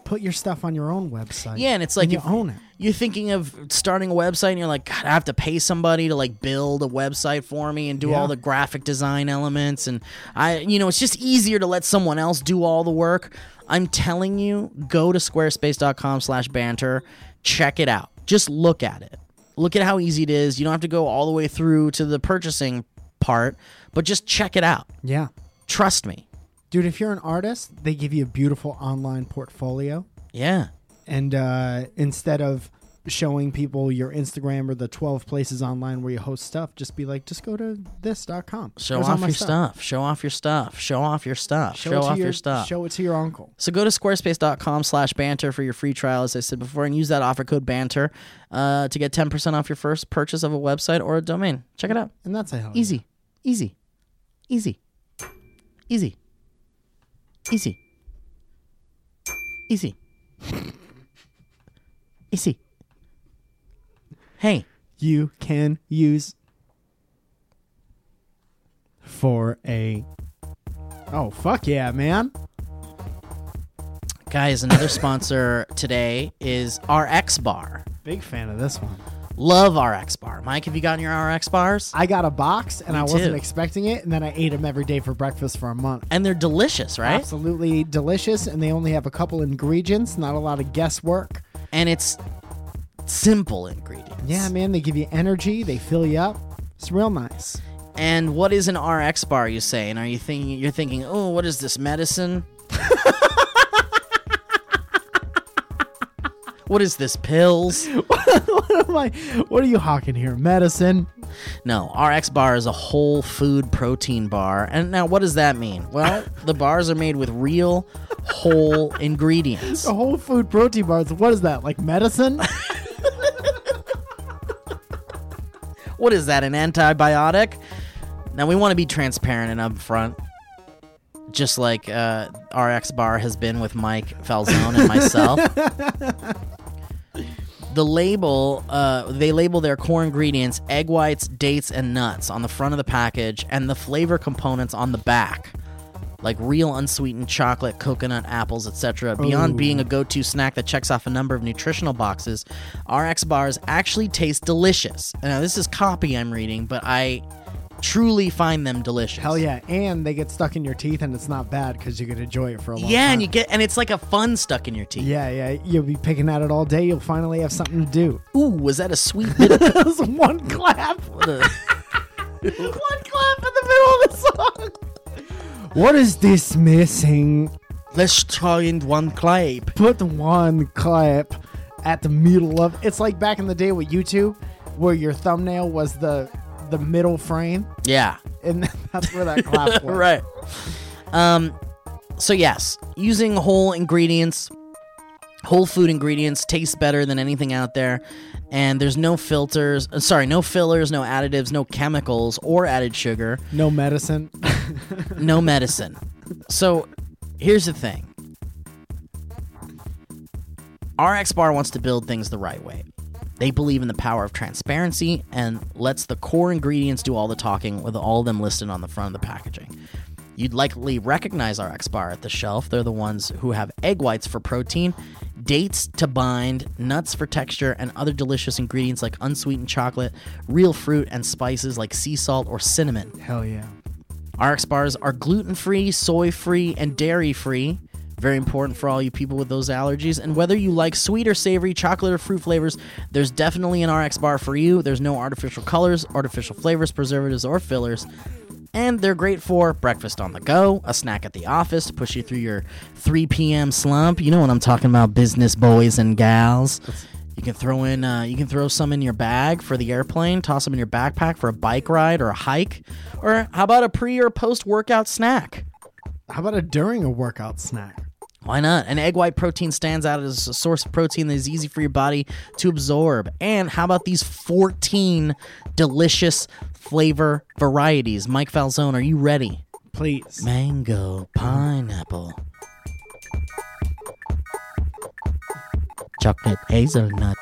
C: Put your stuff on your own website.
B: Yeah, and it's like
C: you
B: if
C: own it.
B: You're thinking of starting a website and you're like, God, I have to pay somebody to like build a website for me and do
C: Yeah.
B: all the graphic design elements and I you know, it's just easier to let someone else do all the work. I'm telling you, go to squarespace.com slash banter, check it out. Just look at it. Look at how easy it is. You don't have to go all the way through to the purchasing part, but just check it out.
C: Yeah.
B: Trust me.
C: Dude, if you're an artist, they give you a beautiful online portfolio.
B: Yeah.
C: and uh, instead of showing people your Instagram or the 12 places online where you host stuff, just be like, just go to this.com.
B: Show
C: There's all
B: off
C: my
B: your stuff. Show off your stuff. Show off your stuff. Show,
C: it to
B: off your, stuff.
C: Show it to your uncle.
B: So go to squarespace.com slash banter for your free trial, as I said before, and use that offer code banter uh, to get 10% off your first purchase of a website or a domain. Check it out.
C: And that's a hell of a-
B: Easy. Easy. Easy. Easy. Easy. Easy. Easy. Hey.
C: you can use for a. Oh, fuck yeah, man.
B: Guys, another sponsor today is RX Bar.
C: Big fan of this one.
B: Love RX Bar. Mike, have you gotten your RX bars?
C: I got a box and I
B: too.
C: wasn't expecting it, and then I ate them every day for breakfast for a month.
B: And they're delicious, right?
C: Absolutely delicious, and they only have a couple ingredients, not a lot of guesswork.
B: And it's simple ingredients.
C: Yeah, man, they give you energy, they fill you up. It's real nice.
B: And what is an RX bar, you say? And are you thinking you're thinking, oh, what is this medicine? what is this pills?
C: what am I? What are you hawking here? Medicine?
B: No, RX bar is a whole food protein bar. And now what does that mean? Well, the bars are made with real whole ingredients.
C: The whole food protein bars. What is that? Like medicine?
B: What is that? An antibiotic? Now we want to be transparent and upfront. Just like uh, RX Bar has been with Mike Falzone and myself. the label, uh, they label their core ingredients egg whites, dates, and nuts on the front of the package, and the flavor components on the back. Like real unsweetened chocolate, coconut, apples, etc. Beyond being a go to snack that checks off a number of nutritional boxes, RX bars actually taste delicious. Now, this is copy I'm reading, but I truly find them delicious.
C: Hell yeah! And they get stuck in your teeth, and it's not bad because you can enjoy it for a long
B: Yeah,
C: time.
B: and you get and it's like a fun stuck in your teeth.
C: yeah, yeah. You'll be picking at it all day. You'll finally have something to do.
B: Ooh, was that a sweet bit of
C: that was one clap. one clap in the middle of the song. What is this missing?
B: let's try in one clap.
C: Put one clap at the middle of. It's like back in the day with YouTube, where your thumbnail was the the middle frame,
B: Yeah.
C: and that's where that clap was.
B: Right. Um so yes, using whole ingredients, whole food ingredients tastes better than anything out there. And there's no filters, uh, sorry, no fillers, no additives, no chemicals or added sugar,
C: No medicine.
B: no medicine. So here's the thing. RX Bar wants to build things the right way. They believe in the power of transparency and lets the core ingredients do all the talking with all of them listed on the front of the packaging. You'd likely recognize RX Bar at the shelf. They're the ones who have egg whites for protein, dates to bind, nuts for texture, and other delicious ingredients like unsweetened chocolate, real fruit, and spices like sea salt or cinnamon.
C: Hell yeah.
B: RX bars are gluten free, soy free, and dairy free. Very important for all you people with those allergies. And whether you like sweet or savory, chocolate or fruit flavors, there's definitely an RX bar for you. There's no artificial colors, artificial flavors, preservatives, or fillers. And they're great for breakfast on the go, a snack at the office to push you through your 3 p.m. slump. You know what I'm talking about, business boys and gals. You can throw in, uh, you can throw some in your bag for the airplane, toss them in your backpack for a bike ride or a hike, or how about a pre or post workout snack?
C: How about a during a workout snack?
B: Why not? An egg white protein stands out as a source of protein that is easy for your body to absorb. And how about these 14 delicious flavor varieties? Mike Falzone, are you ready?
C: Please.
B: Mango, pineapple, chocolate hazelnut,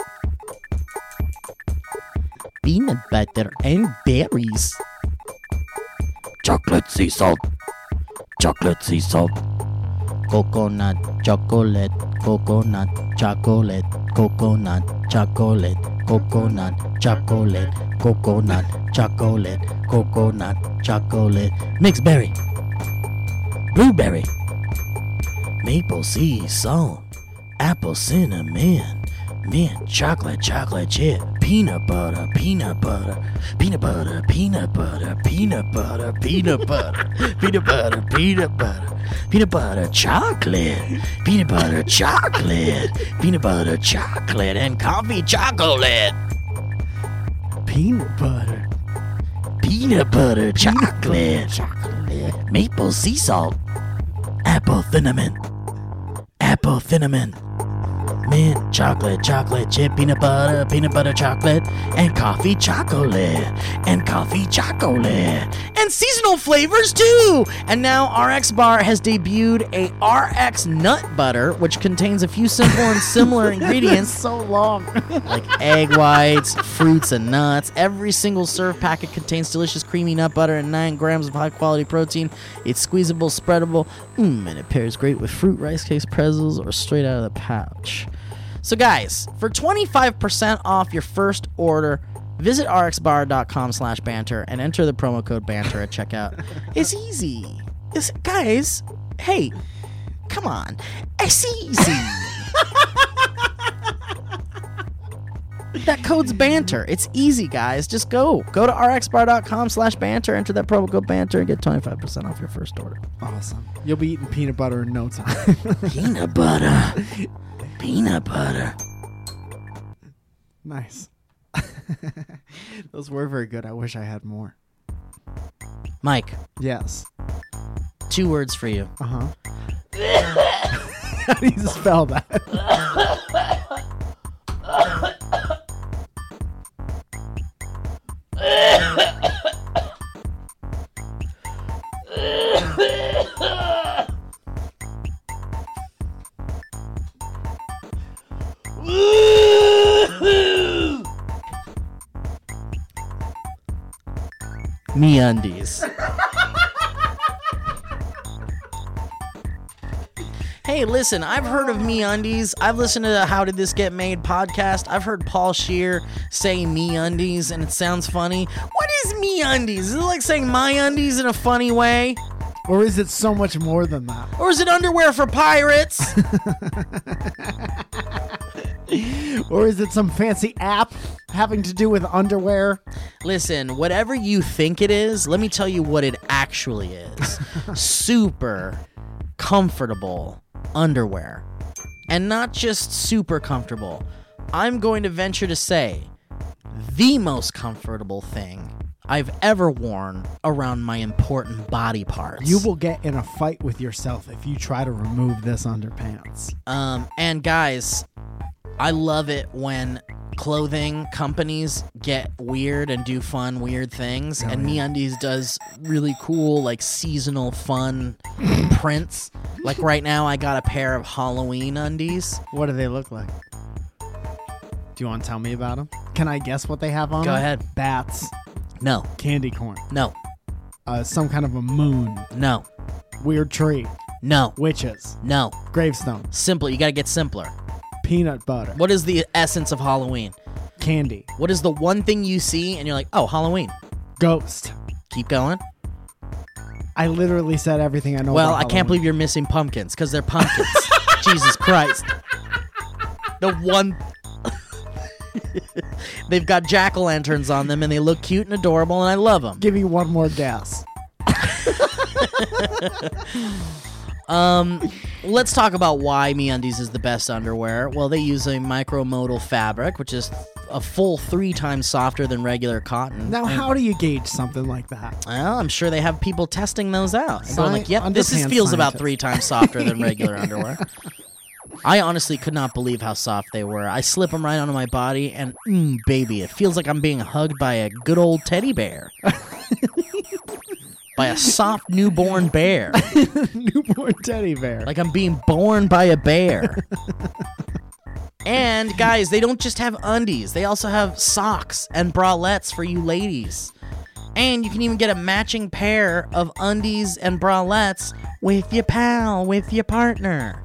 B: peanut butter and berries,
E: chocolate sea salt, chocolate sea salt,
B: coconut, chocolate, coconut, chocolate, coconut, chocolate, coconut, chocolate, coconut, chocolate, coconut, chocolate, mixed berry,
E: blueberry,
B: maple sea salt, apple cinnamon, mint chocolate, chocolate chip.
E: peanut butter, peanut butter, peanut butter, peanut butter, peanut butter, peanut butter, peanut butter, peanut butter, peanut butter, chocolate, peanut butter, chocolate, peanut butter, chocolate, and coffee chocolate. Peanut butter, peanut butter, chocolate, chocolate, maple sea salt, apple cinnamon, apple cinnamon mint, chocolate, chocolate chip, peanut butter, peanut butter chocolate, and coffee chocolate, and coffee chocolate,
B: and seasonal flavors too. And now RX Bar has debuted a RX nut butter, which contains a few simple and similar ingredients
C: So long.
B: like egg whites, fruits, and nuts. Every single serve packet contains delicious creamy nut butter and nine grams of high quality protein. It's squeezable, spreadable, mm, and it pairs great with fruit, rice cakes, pretzels, or straight out of the pouch. So, guys, for 25% off your first order, visit rxbar.com slash banter and enter the promo code banter at checkout. It's easy. It's, guys, hey, come on. It's easy. that code's banter. It's easy, guys. Just go. Go to rxbar.com slash banter, enter that promo code banter, and get 25% off your first order.
C: Awesome. You'll be eating peanut butter in no time.
E: peanut butter, peanut butter.
C: nice. Those were very good. I wish I had more.
B: Mike,
C: Yes.
B: two words for you.
C: Uh huh. How do you spell that?
B: Me undies. hey, listen, I've heard of Me Undies. I've listened to the How Did This Get Made podcast. I've heard Paul Shear say Me Undies, and it sounds funny. What is Me Undies? Is it like saying My Undies in a funny way?
C: Or is it so much more than that?
B: Or is it underwear for pirates?
C: Or is it some fancy app having to do with underwear?
B: Listen, whatever you think it is, let me tell you what it actually is. super comfortable underwear. And not just super comfortable. I'm going to venture to say the most comfortable thing I've ever worn around my important body parts.
C: You will get in a fight with yourself if you try to remove this underpants.
B: Um, and guys, I love it when clothing companies get weird and do fun, weird things. and MeUndies does really cool, like seasonal fun prints. Like right now, I got a pair of Halloween undies.
C: What do they look like? Do you want to tell me about them? Can I guess what they have on?
B: Go
C: them?
B: ahead.
C: Bats,
B: Um, No,
C: candy corn,
B: no,
C: uh, some kind of a moon,
B: no,
C: weird tree,
B: no,
C: witches,
B: no.
C: gravestone,
B: Simple. You gotta get simpler.
C: peanut butter,
B: What is the essence of Halloween?
C: candy,
B: What is the one thing you see and you're like, oh, Halloween?
C: ghost.
B: Keep going.
C: I literally said everything I know.
B: Well,
C: about
B: I can't
C: Halloween.
B: believe you're missing pumpkins because they're pumpkins. Jesus Christ. The one. They've got jack o' lanterns on them and they look cute and adorable and I love them.
C: Give you one more guess.
B: Um, let's talk about why MeUndies is the best underwear. Well, they use a micromodal fabric, which is a full three times softer than regular cotton.
C: Now, how do you gauge something like that?
B: Well, I'm sure they have people testing those out. And going
C: Sci-
B: like, yep, this is,
C: underpants
B: feels about
C: scientists.
B: three times softer than regular underwear. I honestly could not believe how soft they were. I slip them right onto my body, and mm, baby, it feels like I'm being hugged by a good old teddy bear. by a soft newborn bear.
C: Newborn teddy bear.
B: Like I'm being born by a bear. and guys, they don't just have undies, they also have socks and bralettes for you ladies. And you can even get a matching pair of undies and bralettes with your pal, with your partner.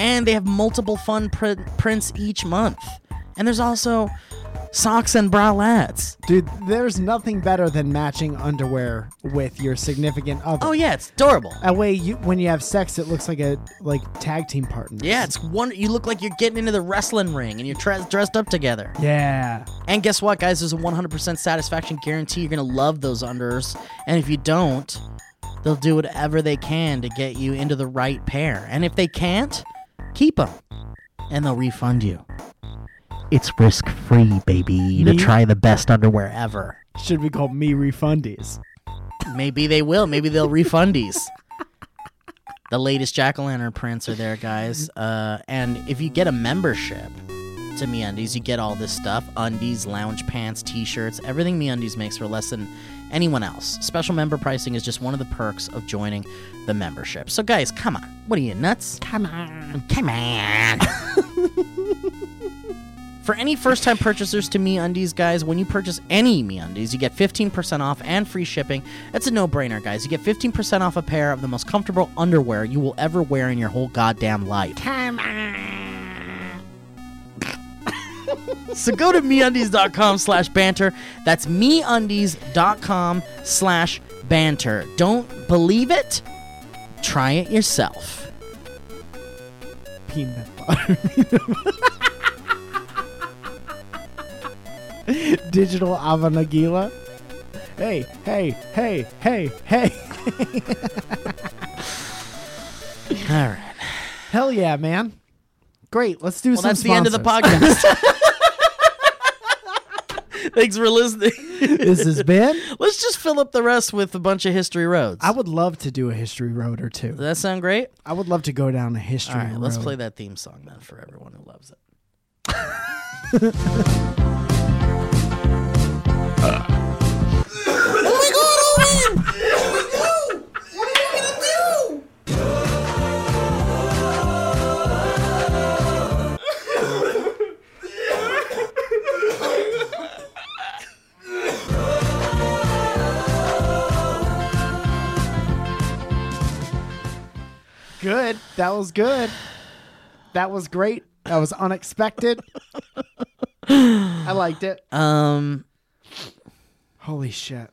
B: And they have multiple fun pr- prints each month. And there's also socks and bralettes.
C: Dude, there's nothing better than matching underwear with your significant other.
B: Oh yeah, it's adorable.
C: That way, you when you have sex, it looks like a like tag team partner.
B: Yeah, it's one. You look like you're getting into the wrestling ring and you're tra- dressed up together.
C: Yeah.
B: And guess what, guys? There's a 100% satisfaction guarantee. You're gonna love those unders, and if you don't, they'll do whatever they can to get you into the right pair. And if they can't, keep them, and they'll refund you. It's risk free, baby, to
C: Me-
B: try the best underwear ever.
C: Should be called me refundies.
B: Maybe they will. Maybe they'll refund these. The latest jack o' lantern prints are there, guys. Uh, and if you get a membership to MeUndies, you get all this stuff: undies, lounge pants, t-shirts, everything MeUndies makes for less than anyone else. Special member pricing is just one of the perks of joining the membership. So, guys, come on. What are you nuts? Come on, come on. For any first time purchasers to MeUndies, guys, when you purchase any MeUndies, you get 15% off and free shipping. That's a no brainer, guys. You get 15% off a pair of the most comfortable underwear you will ever wear in your whole goddamn life. so go to MeUndies.com slash banter. That's MeUndies.com slash banter. Don't believe it? Try it yourself.
C: Peanut butter. Digital Avanagila. Hey, hey, hey, hey, hey.
B: All right.
C: Hell yeah, man. Great. Let's do
B: Well,
C: some
B: that's the end of the
C: sponsors.
B: podcast. Thanks for listening.
C: This has been.
B: Let's just fill up the rest with a bunch of history roads.
C: I would love to do a history road or two.
B: Does that sound great?
C: I would love to go down a history
B: All right,
C: road.
B: let's play that theme song then for everyone who loves it.
C: Good. That was good. That was great. That was unexpected. I liked it.
B: Um,
C: Holy shit.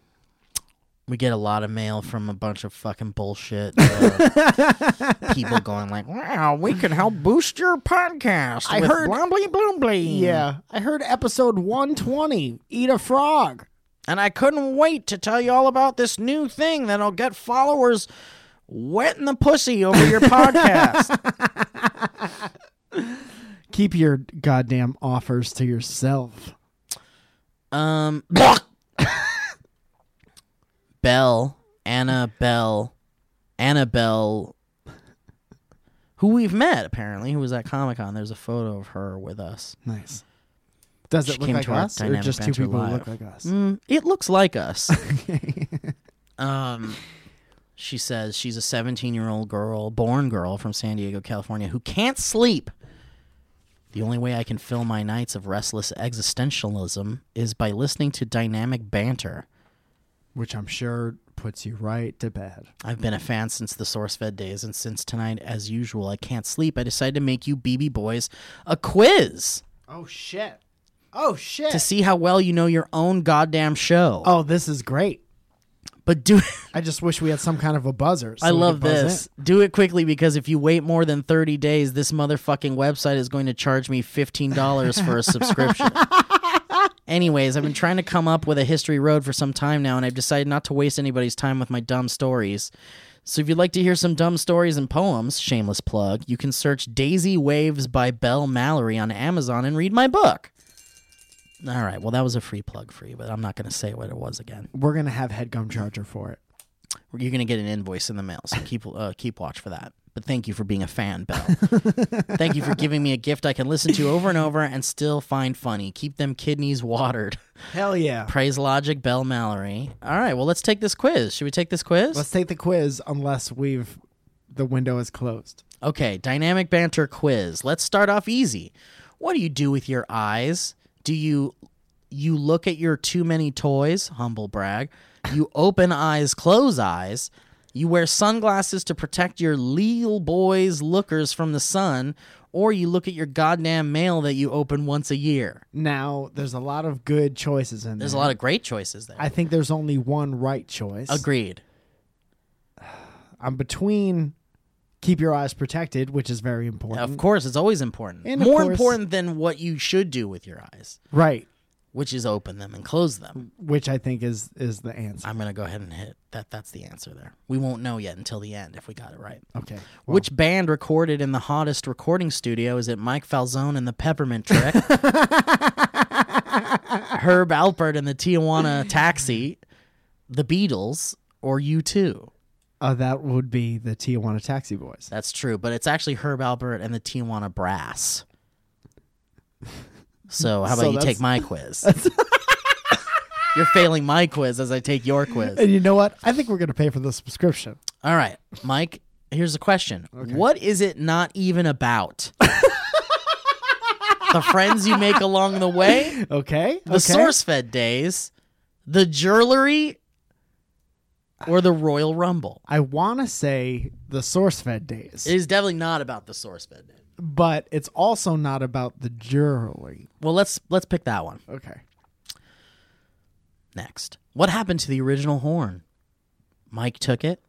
B: we get a lot of mail from a bunch of fucking bullshit uh, people going like, "Wow, we can help boost your podcast."
C: I
B: with
C: heard-
B: blombly blombly.
C: Yeah. I heard episode 120 Eat a Frog.
B: and I couldn't wait to tell you all about this new thing that'll get followers wet in the pussy over your podcast.
C: Keep your goddamn offers to yourself.
B: Um, Bell, Anna Bell, Annabelle, who we've met apparently, who was at Comic Con. There's a photo of her with us.
C: Nice. Does
B: She
C: it look
B: came
C: like
B: to our
C: us or
B: Dynamic
C: just two
B: Banter
C: people who look
B: Live.
C: like us?
B: Mm, it looks like us. um, she says she's a 17 year old girl, born girl from San Diego, California, who can't sleep. The only way I can fill my nights of restless existentialism is by listening to dynamic banter.
C: Which I'm sure puts you right to bed.
B: I've been a fan since the SourceFed days, and since tonight, as usual, I can't sleep. I decided to make you BB boys a quiz
C: Oh shit. Oh shit.
B: to see how well you know your own goddamn show.
C: oh, this is great.
B: But do
C: I just wish we had some kind of a buzzer. so
B: I
C: we could
B: love
C: buzz
B: this. Do it quickly because if you wait more than 30 days, this motherfucking website is going to charge me $15 for a subscription. Anyways, I've been trying to come up with a history road for some time now, and I've decided not to waste anybody's time with my dumb stories. So if you'd like to hear some dumb stories and poems, shameless plug, you can search Daisy Waves by Belle Mallory on Amazon and read my book. All right, well, that was a free plug for you, but I'm not going to say what it was again.
C: We're gonna have headgum charger for it.
B: You're gonna get an invoice in the mail, so keep uh, keep watch for that. But thank you for being a fan, Belle. thank you for giving me a gift I can listen to over and over and still find funny. Keep them kidneys watered.
C: Hell yeah.
B: Praise logic, Belle Mallory. All right, well let's take this quiz. Should we take this quiz?
C: Let's take the quiz unless we've the window is closed.
B: Okay, dynamic banter quiz. Let's start off easy. What do you do with your eyes? Do you you look at your too many toys? Humble brag. You open eyes, close eyes. You wear sunglasses to protect your leal boys lookers from the sun, or you look at your goddamn mail that you open once a year.
C: Now, there's a lot of good choices in
B: There's a
C: there.
B: lot of great choices there.
C: I think there's only one right choice.
B: Agreed.
C: I'm between keep your eyes protected, which is very important.
B: Of course, it's always important.
C: Mm. And of
B: More
C: course-
B: important than what you should do with your eyes,
C: Right,
B: which is open them and close them.
C: which I think is is the answer.
B: I'm going to go ahead and hit that. That's the answer there. We won't know yet until the end if we got it right.
C: Okay.
B: Which band recorded in the hottest recording studio? Is it Mike Falzone and the Peppermint Trick? Herb Alpert and the Tijuana Taxi? The Beatles or U2?
C: Uh, that would be the Tijuana Taxi Boys.
B: That's true, but it's actually Herb Alpert and the Tijuana Brass. So how about
C: So
B: you
C: that's-
B: take my quiz? You're failing my quiz as I take your quiz.
C: And you know what? I think we're going to pay for the subscription.
B: All right, Mike, here's a question. What is it not even about? the friends you make along the way,
C: Okay.
B: the source fed days, the jewelry, or the Royal Rumble?
C: I want to say the source fed days,
B: It is definitely not about the source fed. days.
C: but it's also not about the jewelry.
B: Well, let's let's pick that one.
C: Okay.
B: Next. What happened to the original horn? Mike took it.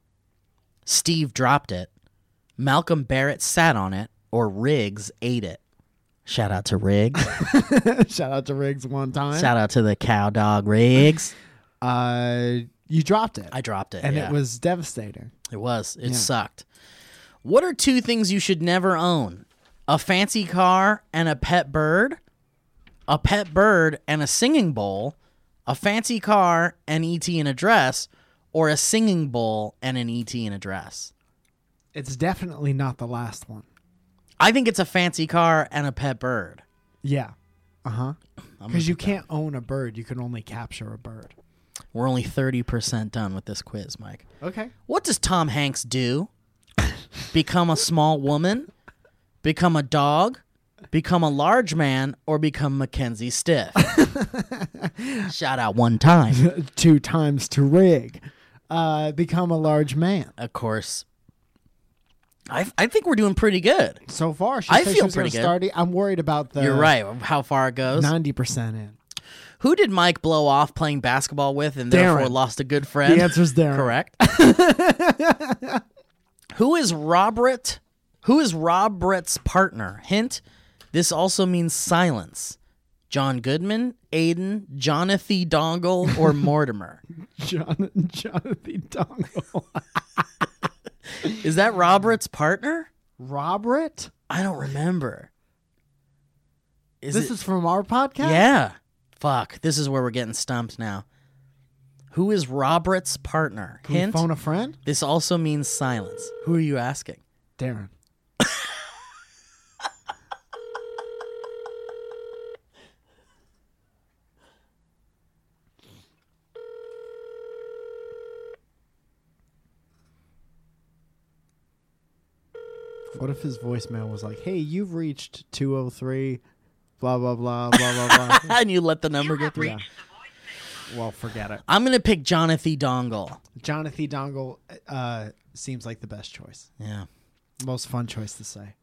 B: Steve dropped it. Malcolm Barrett sat on it, or Riggs ate it. Shout out to Riggs.
C: Shout out to Riggs one time.
B: Shout out to the cow dog Riggs.
C: uh, you dropped it,
B: I dropped it.
C: and
B: yeah.
C: it was devastating.
B: It was. It sucked. What are two things you should never own? A fancy car and a pet bird? A pet bird and a singing bowl? A fancy car and ET in a dress? Or a singing bowl and an ET in a dress?
C: It's definitely not the last one.
B: I think it's a fancy car and a pet bird.
C: Yeah. Uh huh. Because you can't own a bird; you can only capture a bird.
B: We're only 30% done with this quiz, Mike.
C: Okay.
B: What does Tom Hanks do? become a small woman? Become a dog? Become a large man? Or become Mackenzie Stiff? Shout out one time.
C: Two times to rig, uh, become a large man.
B: Of course. I, I think we're doing pretty good.
C: So far, she
B: I
C: said she
B: feel
C: was gonna
B: pretty good.
C: start it. I'm worried about the.
B: You're right. How far it goes.
C: Ninety percent in.
B: Who did Mike blow off playing basketball with and therefore
C: Darren.
B: lost a good friend?
C: The answer's Darren.
B: Correct. who is Robert? Who is Robert's partner? Hint: This also means silence. John Goodman, Aiden, Jonathan Dongle, or Mortimer?
C: John, Jonathan Dongle.
B: Is that Robert's partner?
C: Robert.
B: I don't remember. Is
C: this
B: it-
C: is from our podcast.
B: yeah. Fuck. This is where we're getting stumped now. Who is Robert's partner?
C: Can we
B: Hint:
C: phone a friend,
B: This also means silence. Who are you asking?
C: Darren. What if his voicemail was like, "Hey, you've reached 203 blah blah blah blah blah blah."
B: and you let the number go through.
C: well, forget it.
B: I'm gonna pick Jonathan Dongle.
C: Jonathan Dongle uh, seems like the best choice.
B: Yeah.
C: Most fun choice to say.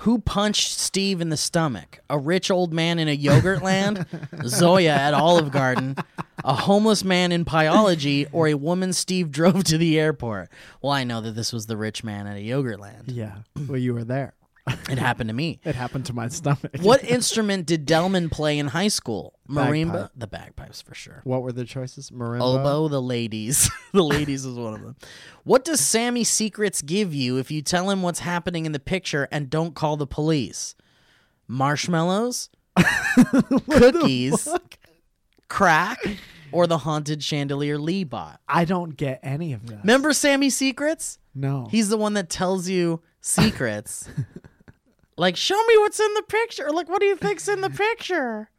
B: Who punched Steve in the stomach? A rich old man in a yogurt land? Zoya at Olive Garden? A homeless man in Pyology? Or a woman Steve drove to the airport? Well, I know that this was the rich man at a yogurt land.
C: Yeah. Well, you were there.
B: It happened to me.
C: It happened to my stomach.
B: What instrument did Delman play in high school? Marimba?
C: Bagpipe.
B: The bagpipes for sure.
C: What were the choices? Marimba.
B: Oboe the ladies. the ladies is one of them. What does Sammy Secrets give you if you tell him what's happening in the picture and don't call the police? Marshmallows, cookies, crack, or the haunted chandelier Lee bot.
C: I don't get any of that.
B: Remember Sammy Secrets?
C: No.
B: He's the one that tells you secrets. like, show me what's in the picture. Like, what do you think's in the picture?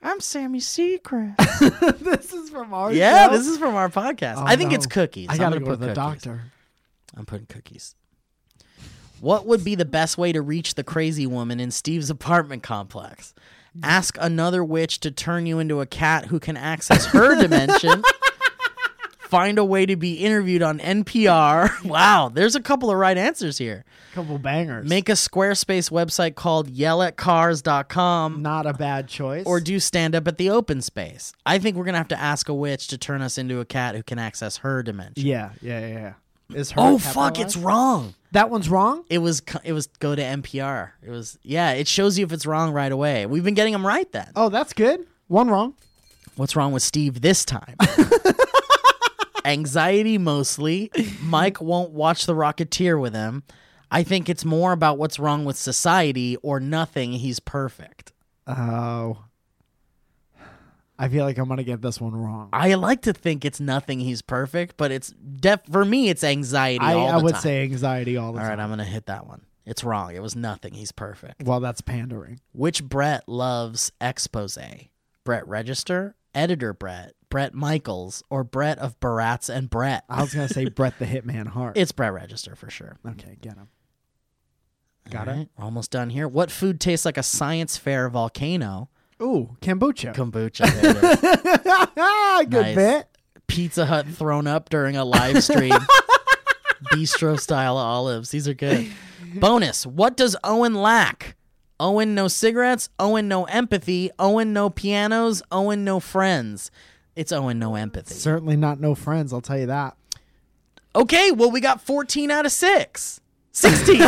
B: I'm Sammy Secret.
C: this is from our
B: Yeah,
C: show?
B: this is from our podcast.
C: Oh,
B: I think
C: no.
B: it's cookies.
C: I
B: I'm
C: gotta
B: gonna
C: go to
B: put
C: the
B: cookies.
C: doctor.
B: I'm putting cookies. What would be the best way to reach the crazy woman in Steve's apartment complex? Ask another witch to turn you into a cat who can access her dimension. find a way to be interviewed on NPR. wow, there's a couple of right answers here.
C: couple bangers.
B: Make a Squarespace website called yellatcars.com
C: not a bad choice.
B: or do stand up at the open space. I think we're going to have to ask a witch to turn us into a cat who can access her dimension.
C: yeah, yeah, yeah, yeah. Is her
B: Oh fuck, it's
C: capitalized?
B: wrong.
C: that one's wrong.
B: It was co- it was go to NPR. It was yeah, it shows you if it's wrong right away. We've been getting them right then.
C: Oh, that's good. One wrong.
B: What's wrong with Steve this time? Anxiety mostly. Mike won't watch The Rocketeer with him. I think it's more about what's wrong with society or nothing. He's perfect.
C: Oh, I feel like I'm gonna get this one wrong.
B: I like to think it's nothing. He's perfect, but it's def for me. It's anxiety.
C: I,
B: all
C: I
B: the
C: would
B: time.
C: say anxiety all the
B: All
C: time.
B: right, I'm gonna hit that one. It's wrong. It was nothing. He's perfect.
C: Well, that's pandering.
B: Which Brett loves expose? Brett Register, editor Brett, Brett Michaels, or Brett of Barats and Brett?
C: I was gonna say Brett the Hitman Hart.
B: It's Brett Register for sure.
C: okay, get him. Got
B: All right, we're almost done here. What food tastes like a science fair volcano?
C: it. Ooh, kombucha. Ah,
B: Kombucha. there it is.
C: good
B: Nice.
C: bit.
B: Pizza Hut thrown up during a live stream. Bistro style olives. These are good. Bonus. What does Owen lack? Owen no cigarettes. Owen no empathy. Owen no pianos. Owen no friends. It's Owen no empathy.
C: Certainly not no friends. I'll tell you that.
B: Okay, well, we got 14 out of 6. 16.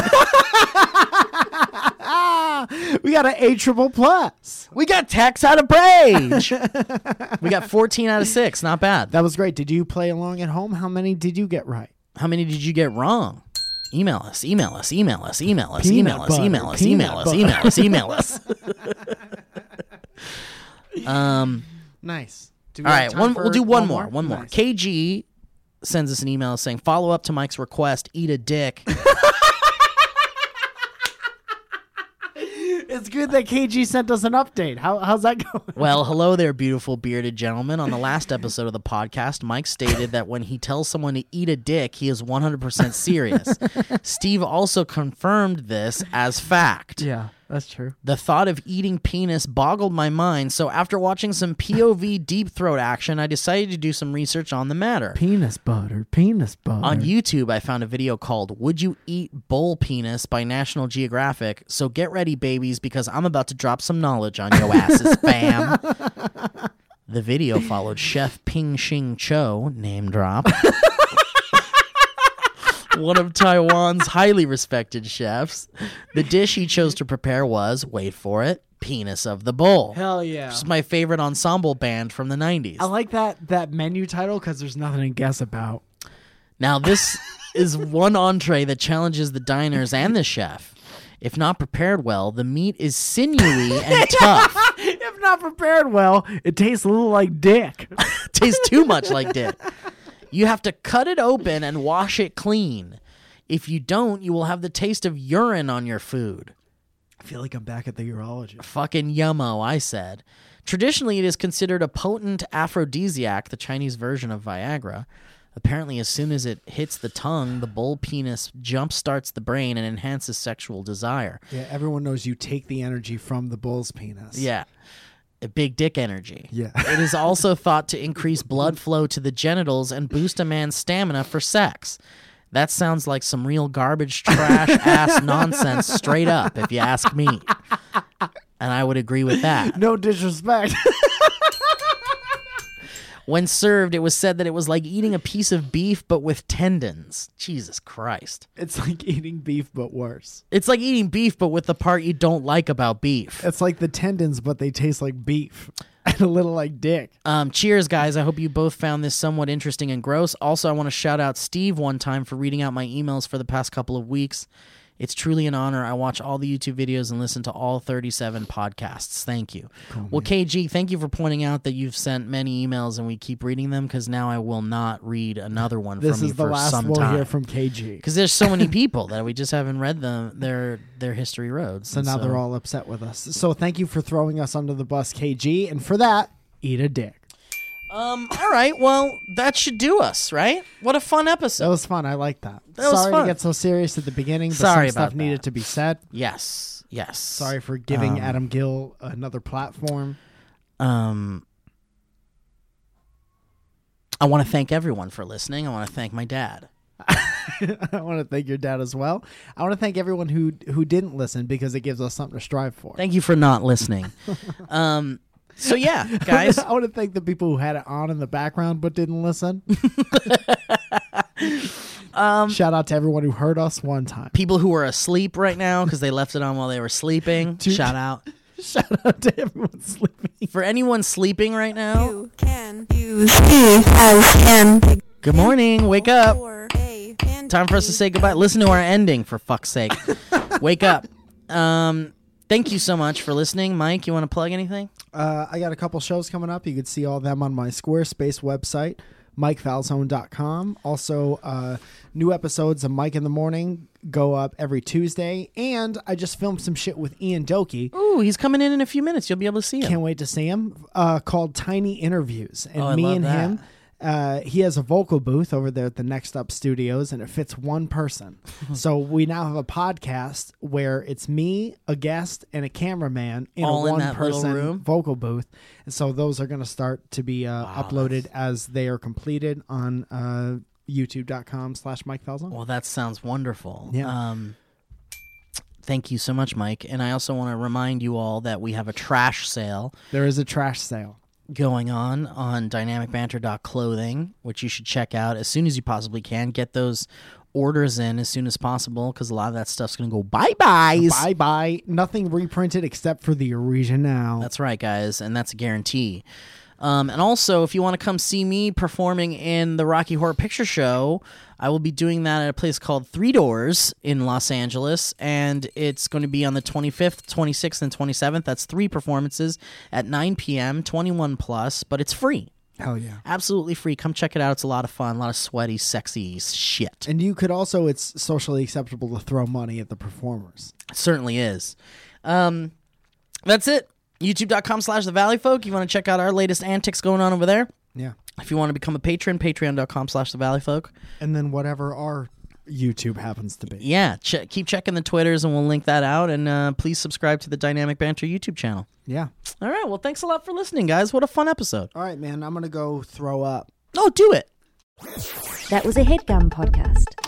C: We got an A triple plus.
B: we got tax out of Brage. we got 14 out of 6. Not bad.
C: That was great. Did you play along at home? How many did you get right?
B: How many did you get wrong? Email us, email us, email us, email us,
C: Peanut
B: email us,
C: butter,
B: email us,
C: peanut
B: email us, email us, email us. um,
C: Nice. Do we
B: all
C: have
B: right,
C: time
B: one,
C: for
B: we'll do one more,
C: more?
B: one more.
C: Nice.
B: KG sends us an email saying, follow up to Mike's request, eat a dick.
C: It's good that KG sent us an update. How, how's that going?
B: Well, hello there, beautiful bearded gentlemen. On the last episode of the podcast, Mike stated that when he tells someone to eat a dick, he is 100% serious. Steve also confirmed this as fact.
C: Yeah, that's true.
B: The thought of eating penis boggled my mind, so after watching some POV deep throat action, I decided to do some research on the matter.
C: Penis butter, penis butter.
B: on YouTube, I found a video called Would You Eat Bull Penis by National Geographic. So get ready, babies, because I'm about to drop some knowledge on your asses, fam. The video followed Chef Ping Shing Cho, name drop, one of Taiwan's highly respected chefs. The dish he chose to prepare was, wait for it, penis of the bull.
C: Hell yeah.
B: Which is my favorite ensemble band from the 90s.
C: I like that that menu title because there's nothing to guess about.
B: Now, this is one entree that challenges the diners and the chef. If not prepared well, the meat is sinewy and tough.
C: if not prepared well, it tastes a little like dick.
B: Tastes too much like dick. You have to cut it open and wash it clean. If you don't, you will have the taste of urine on your food.
C: I feel like I'm back at the urologist.
B: Fucking yummo, I said. Traditionally, it is considered a potent aphrodisiac, the Chinese version of Viagra. Apparently, as soon as it hits the tongue, the bull penis jump starts the brain and enhances sexual desire.
C: Yeah, everyone knows you take the energy from the bull's penis.
B: Yeah. A big dick energy.
C: Yeah.
B: it is also thought to increase blood flow to the genitals and boost a man's stamina for sex. That sounds like some real garbage, trash ass nonsense, straight up, if you ask me. And I would agree with that.
C: No disrespect.
B: When served, it was said that it was like eating a piece of beef but with tendons. Jesus Christ.
C: it's like eating beef, but worse.
B: It's like eating beef but with the part you don't like about beef.
C: It's like the tendons, but they taste like beef and a little like dick.
B: Um, cheers, guys. I hope you both found this somewhat interesting and gross. Also, I want to shout out Steve one time for reading out my emails for the past couple of weeks. It's truly an honor. I watch all the YouTube videos and listen to all 37 podcasts. Thank you. well, KG, thank you for pointing out that you've sent many emails and we keep reading them because now I will not read another one
C: This
B: from
C: is
B: you
C: the
B: for
C: last
B: some
C: we'll
B: time.
C: hear from KG.
B: because there's so many people that we just haven't read them their their history roads.
C: So
B: And
C: now they're all upset with us. So thank you for throwing us under the bus, KG. And for that, eat a dick.
B: Um. All right. Well, that should do us, right? What a fun episode.
C: That was fun. I like that.
B: That was
C: Sorry
B: fun.
C: to get so serious at the beginning, but
B: Sorry
C: some stuff
B: about
C: needed
B: that.
C: to be said.
B: Yes. Yes.
C: Sorry for giving
B: Um,
C: Adam Gill another platform.
B: Um I want to thank everyone for listening. I want to thank my dad.
C: I want to thank your dad as well. I want to thank everyone who who didn't listen because it gives us something to strive for.
B: Thank you for not listening. um, so yeah, guys,
C: I want to thank the people who had it on in the background but didn't listen. Shout out to everyone who heard us one time.
B: people who are asleep right now because they left it on while they were sleeping. Shout out
C: Shout out to everyone sleeping.
B: for anyone sleeping right now.
A: You can use me as an
B: Good morning. Wake up.
A: or a can
B: Time for us to say goodbye. Listen to our ending for fuck's sake. Wake up. Um, thank you so much for listening, Mike. You want to plug anything?
C: Uh, I got a couple shows coming up. You can see all them on my Squarespace website, MikeFalzone.com. Also, uh, new episodes of Mike in the Morning go up every Tuesday. And I just filmed some shit with Ian Doki.
B: Ooh, he's coming in in a few minutes. You'll be able to see him.
C: Can't wait to see him. Uh, called Tiny Interviews, and
B: Oh, I
C: me
B: love
C: and
B: that.
C: him. Uh, he has a vocal booth over there at the Next Up Studios, and it fits one person. so we now have a podcast where it's me, a guest, and a cameraman in
B: All
C: a
B: in
C: one
B: that little
C: person
B: room?
C: vocal booth. And so those are going to start to be uh, uploaded as they are completed on uh, youtube.com slash Mike Falzone.
B: Well, that sounds wonderful.
C: Yeah.
B: Um, thank you so much, Mike. And I also want to remind you all that we have a trash sale
C: There is a trash sale.
B: going on on dynamicbanter.clothing, which you should check out as soon as you possibly can. Get those orders in as soon as possible because a lot of that stuff's going to go bye byes.
C: Bye bye. Nothing reprinted except for the original.
B: That's right, guys, and that's a guarantee. Um, and also, if you want to come see me performing in the Rocky Horror Picture Show, I will be doing that at a place called Three Doors in Los Angeles, and it's going to be on the 25th, 26th, and 27th. That's three performances at 9 p.m., 21 plus, but it's free,
C: Hell yeah.
B: absolutely free. Come check it out; it's a lot of fun, a lot of sweaty, sexy shit.
C: And you could also, it's socially acceptable to throw money at the performers.
B: It certainly is. Um, that's it. YouTube.com slash The Valley Folk. You want to check out our latest antics going on over there?
C: Yeah.
B: If you want to become a patron, patreon.com slash the valley folk.
C: And then whatever our YouTube happens to be.
B: Yeah, che- keep checking the Twitters and we'll link that out. And uh, please subscribe to the Dynamic Banter YouTube channel.
C: Yeah.
B: All right, well, thanks a lot for listening, guys. What a fun episode.
C: All right, man. I'm going to go throw up.
B: Oh, do it.
F: That was a headgum podcast.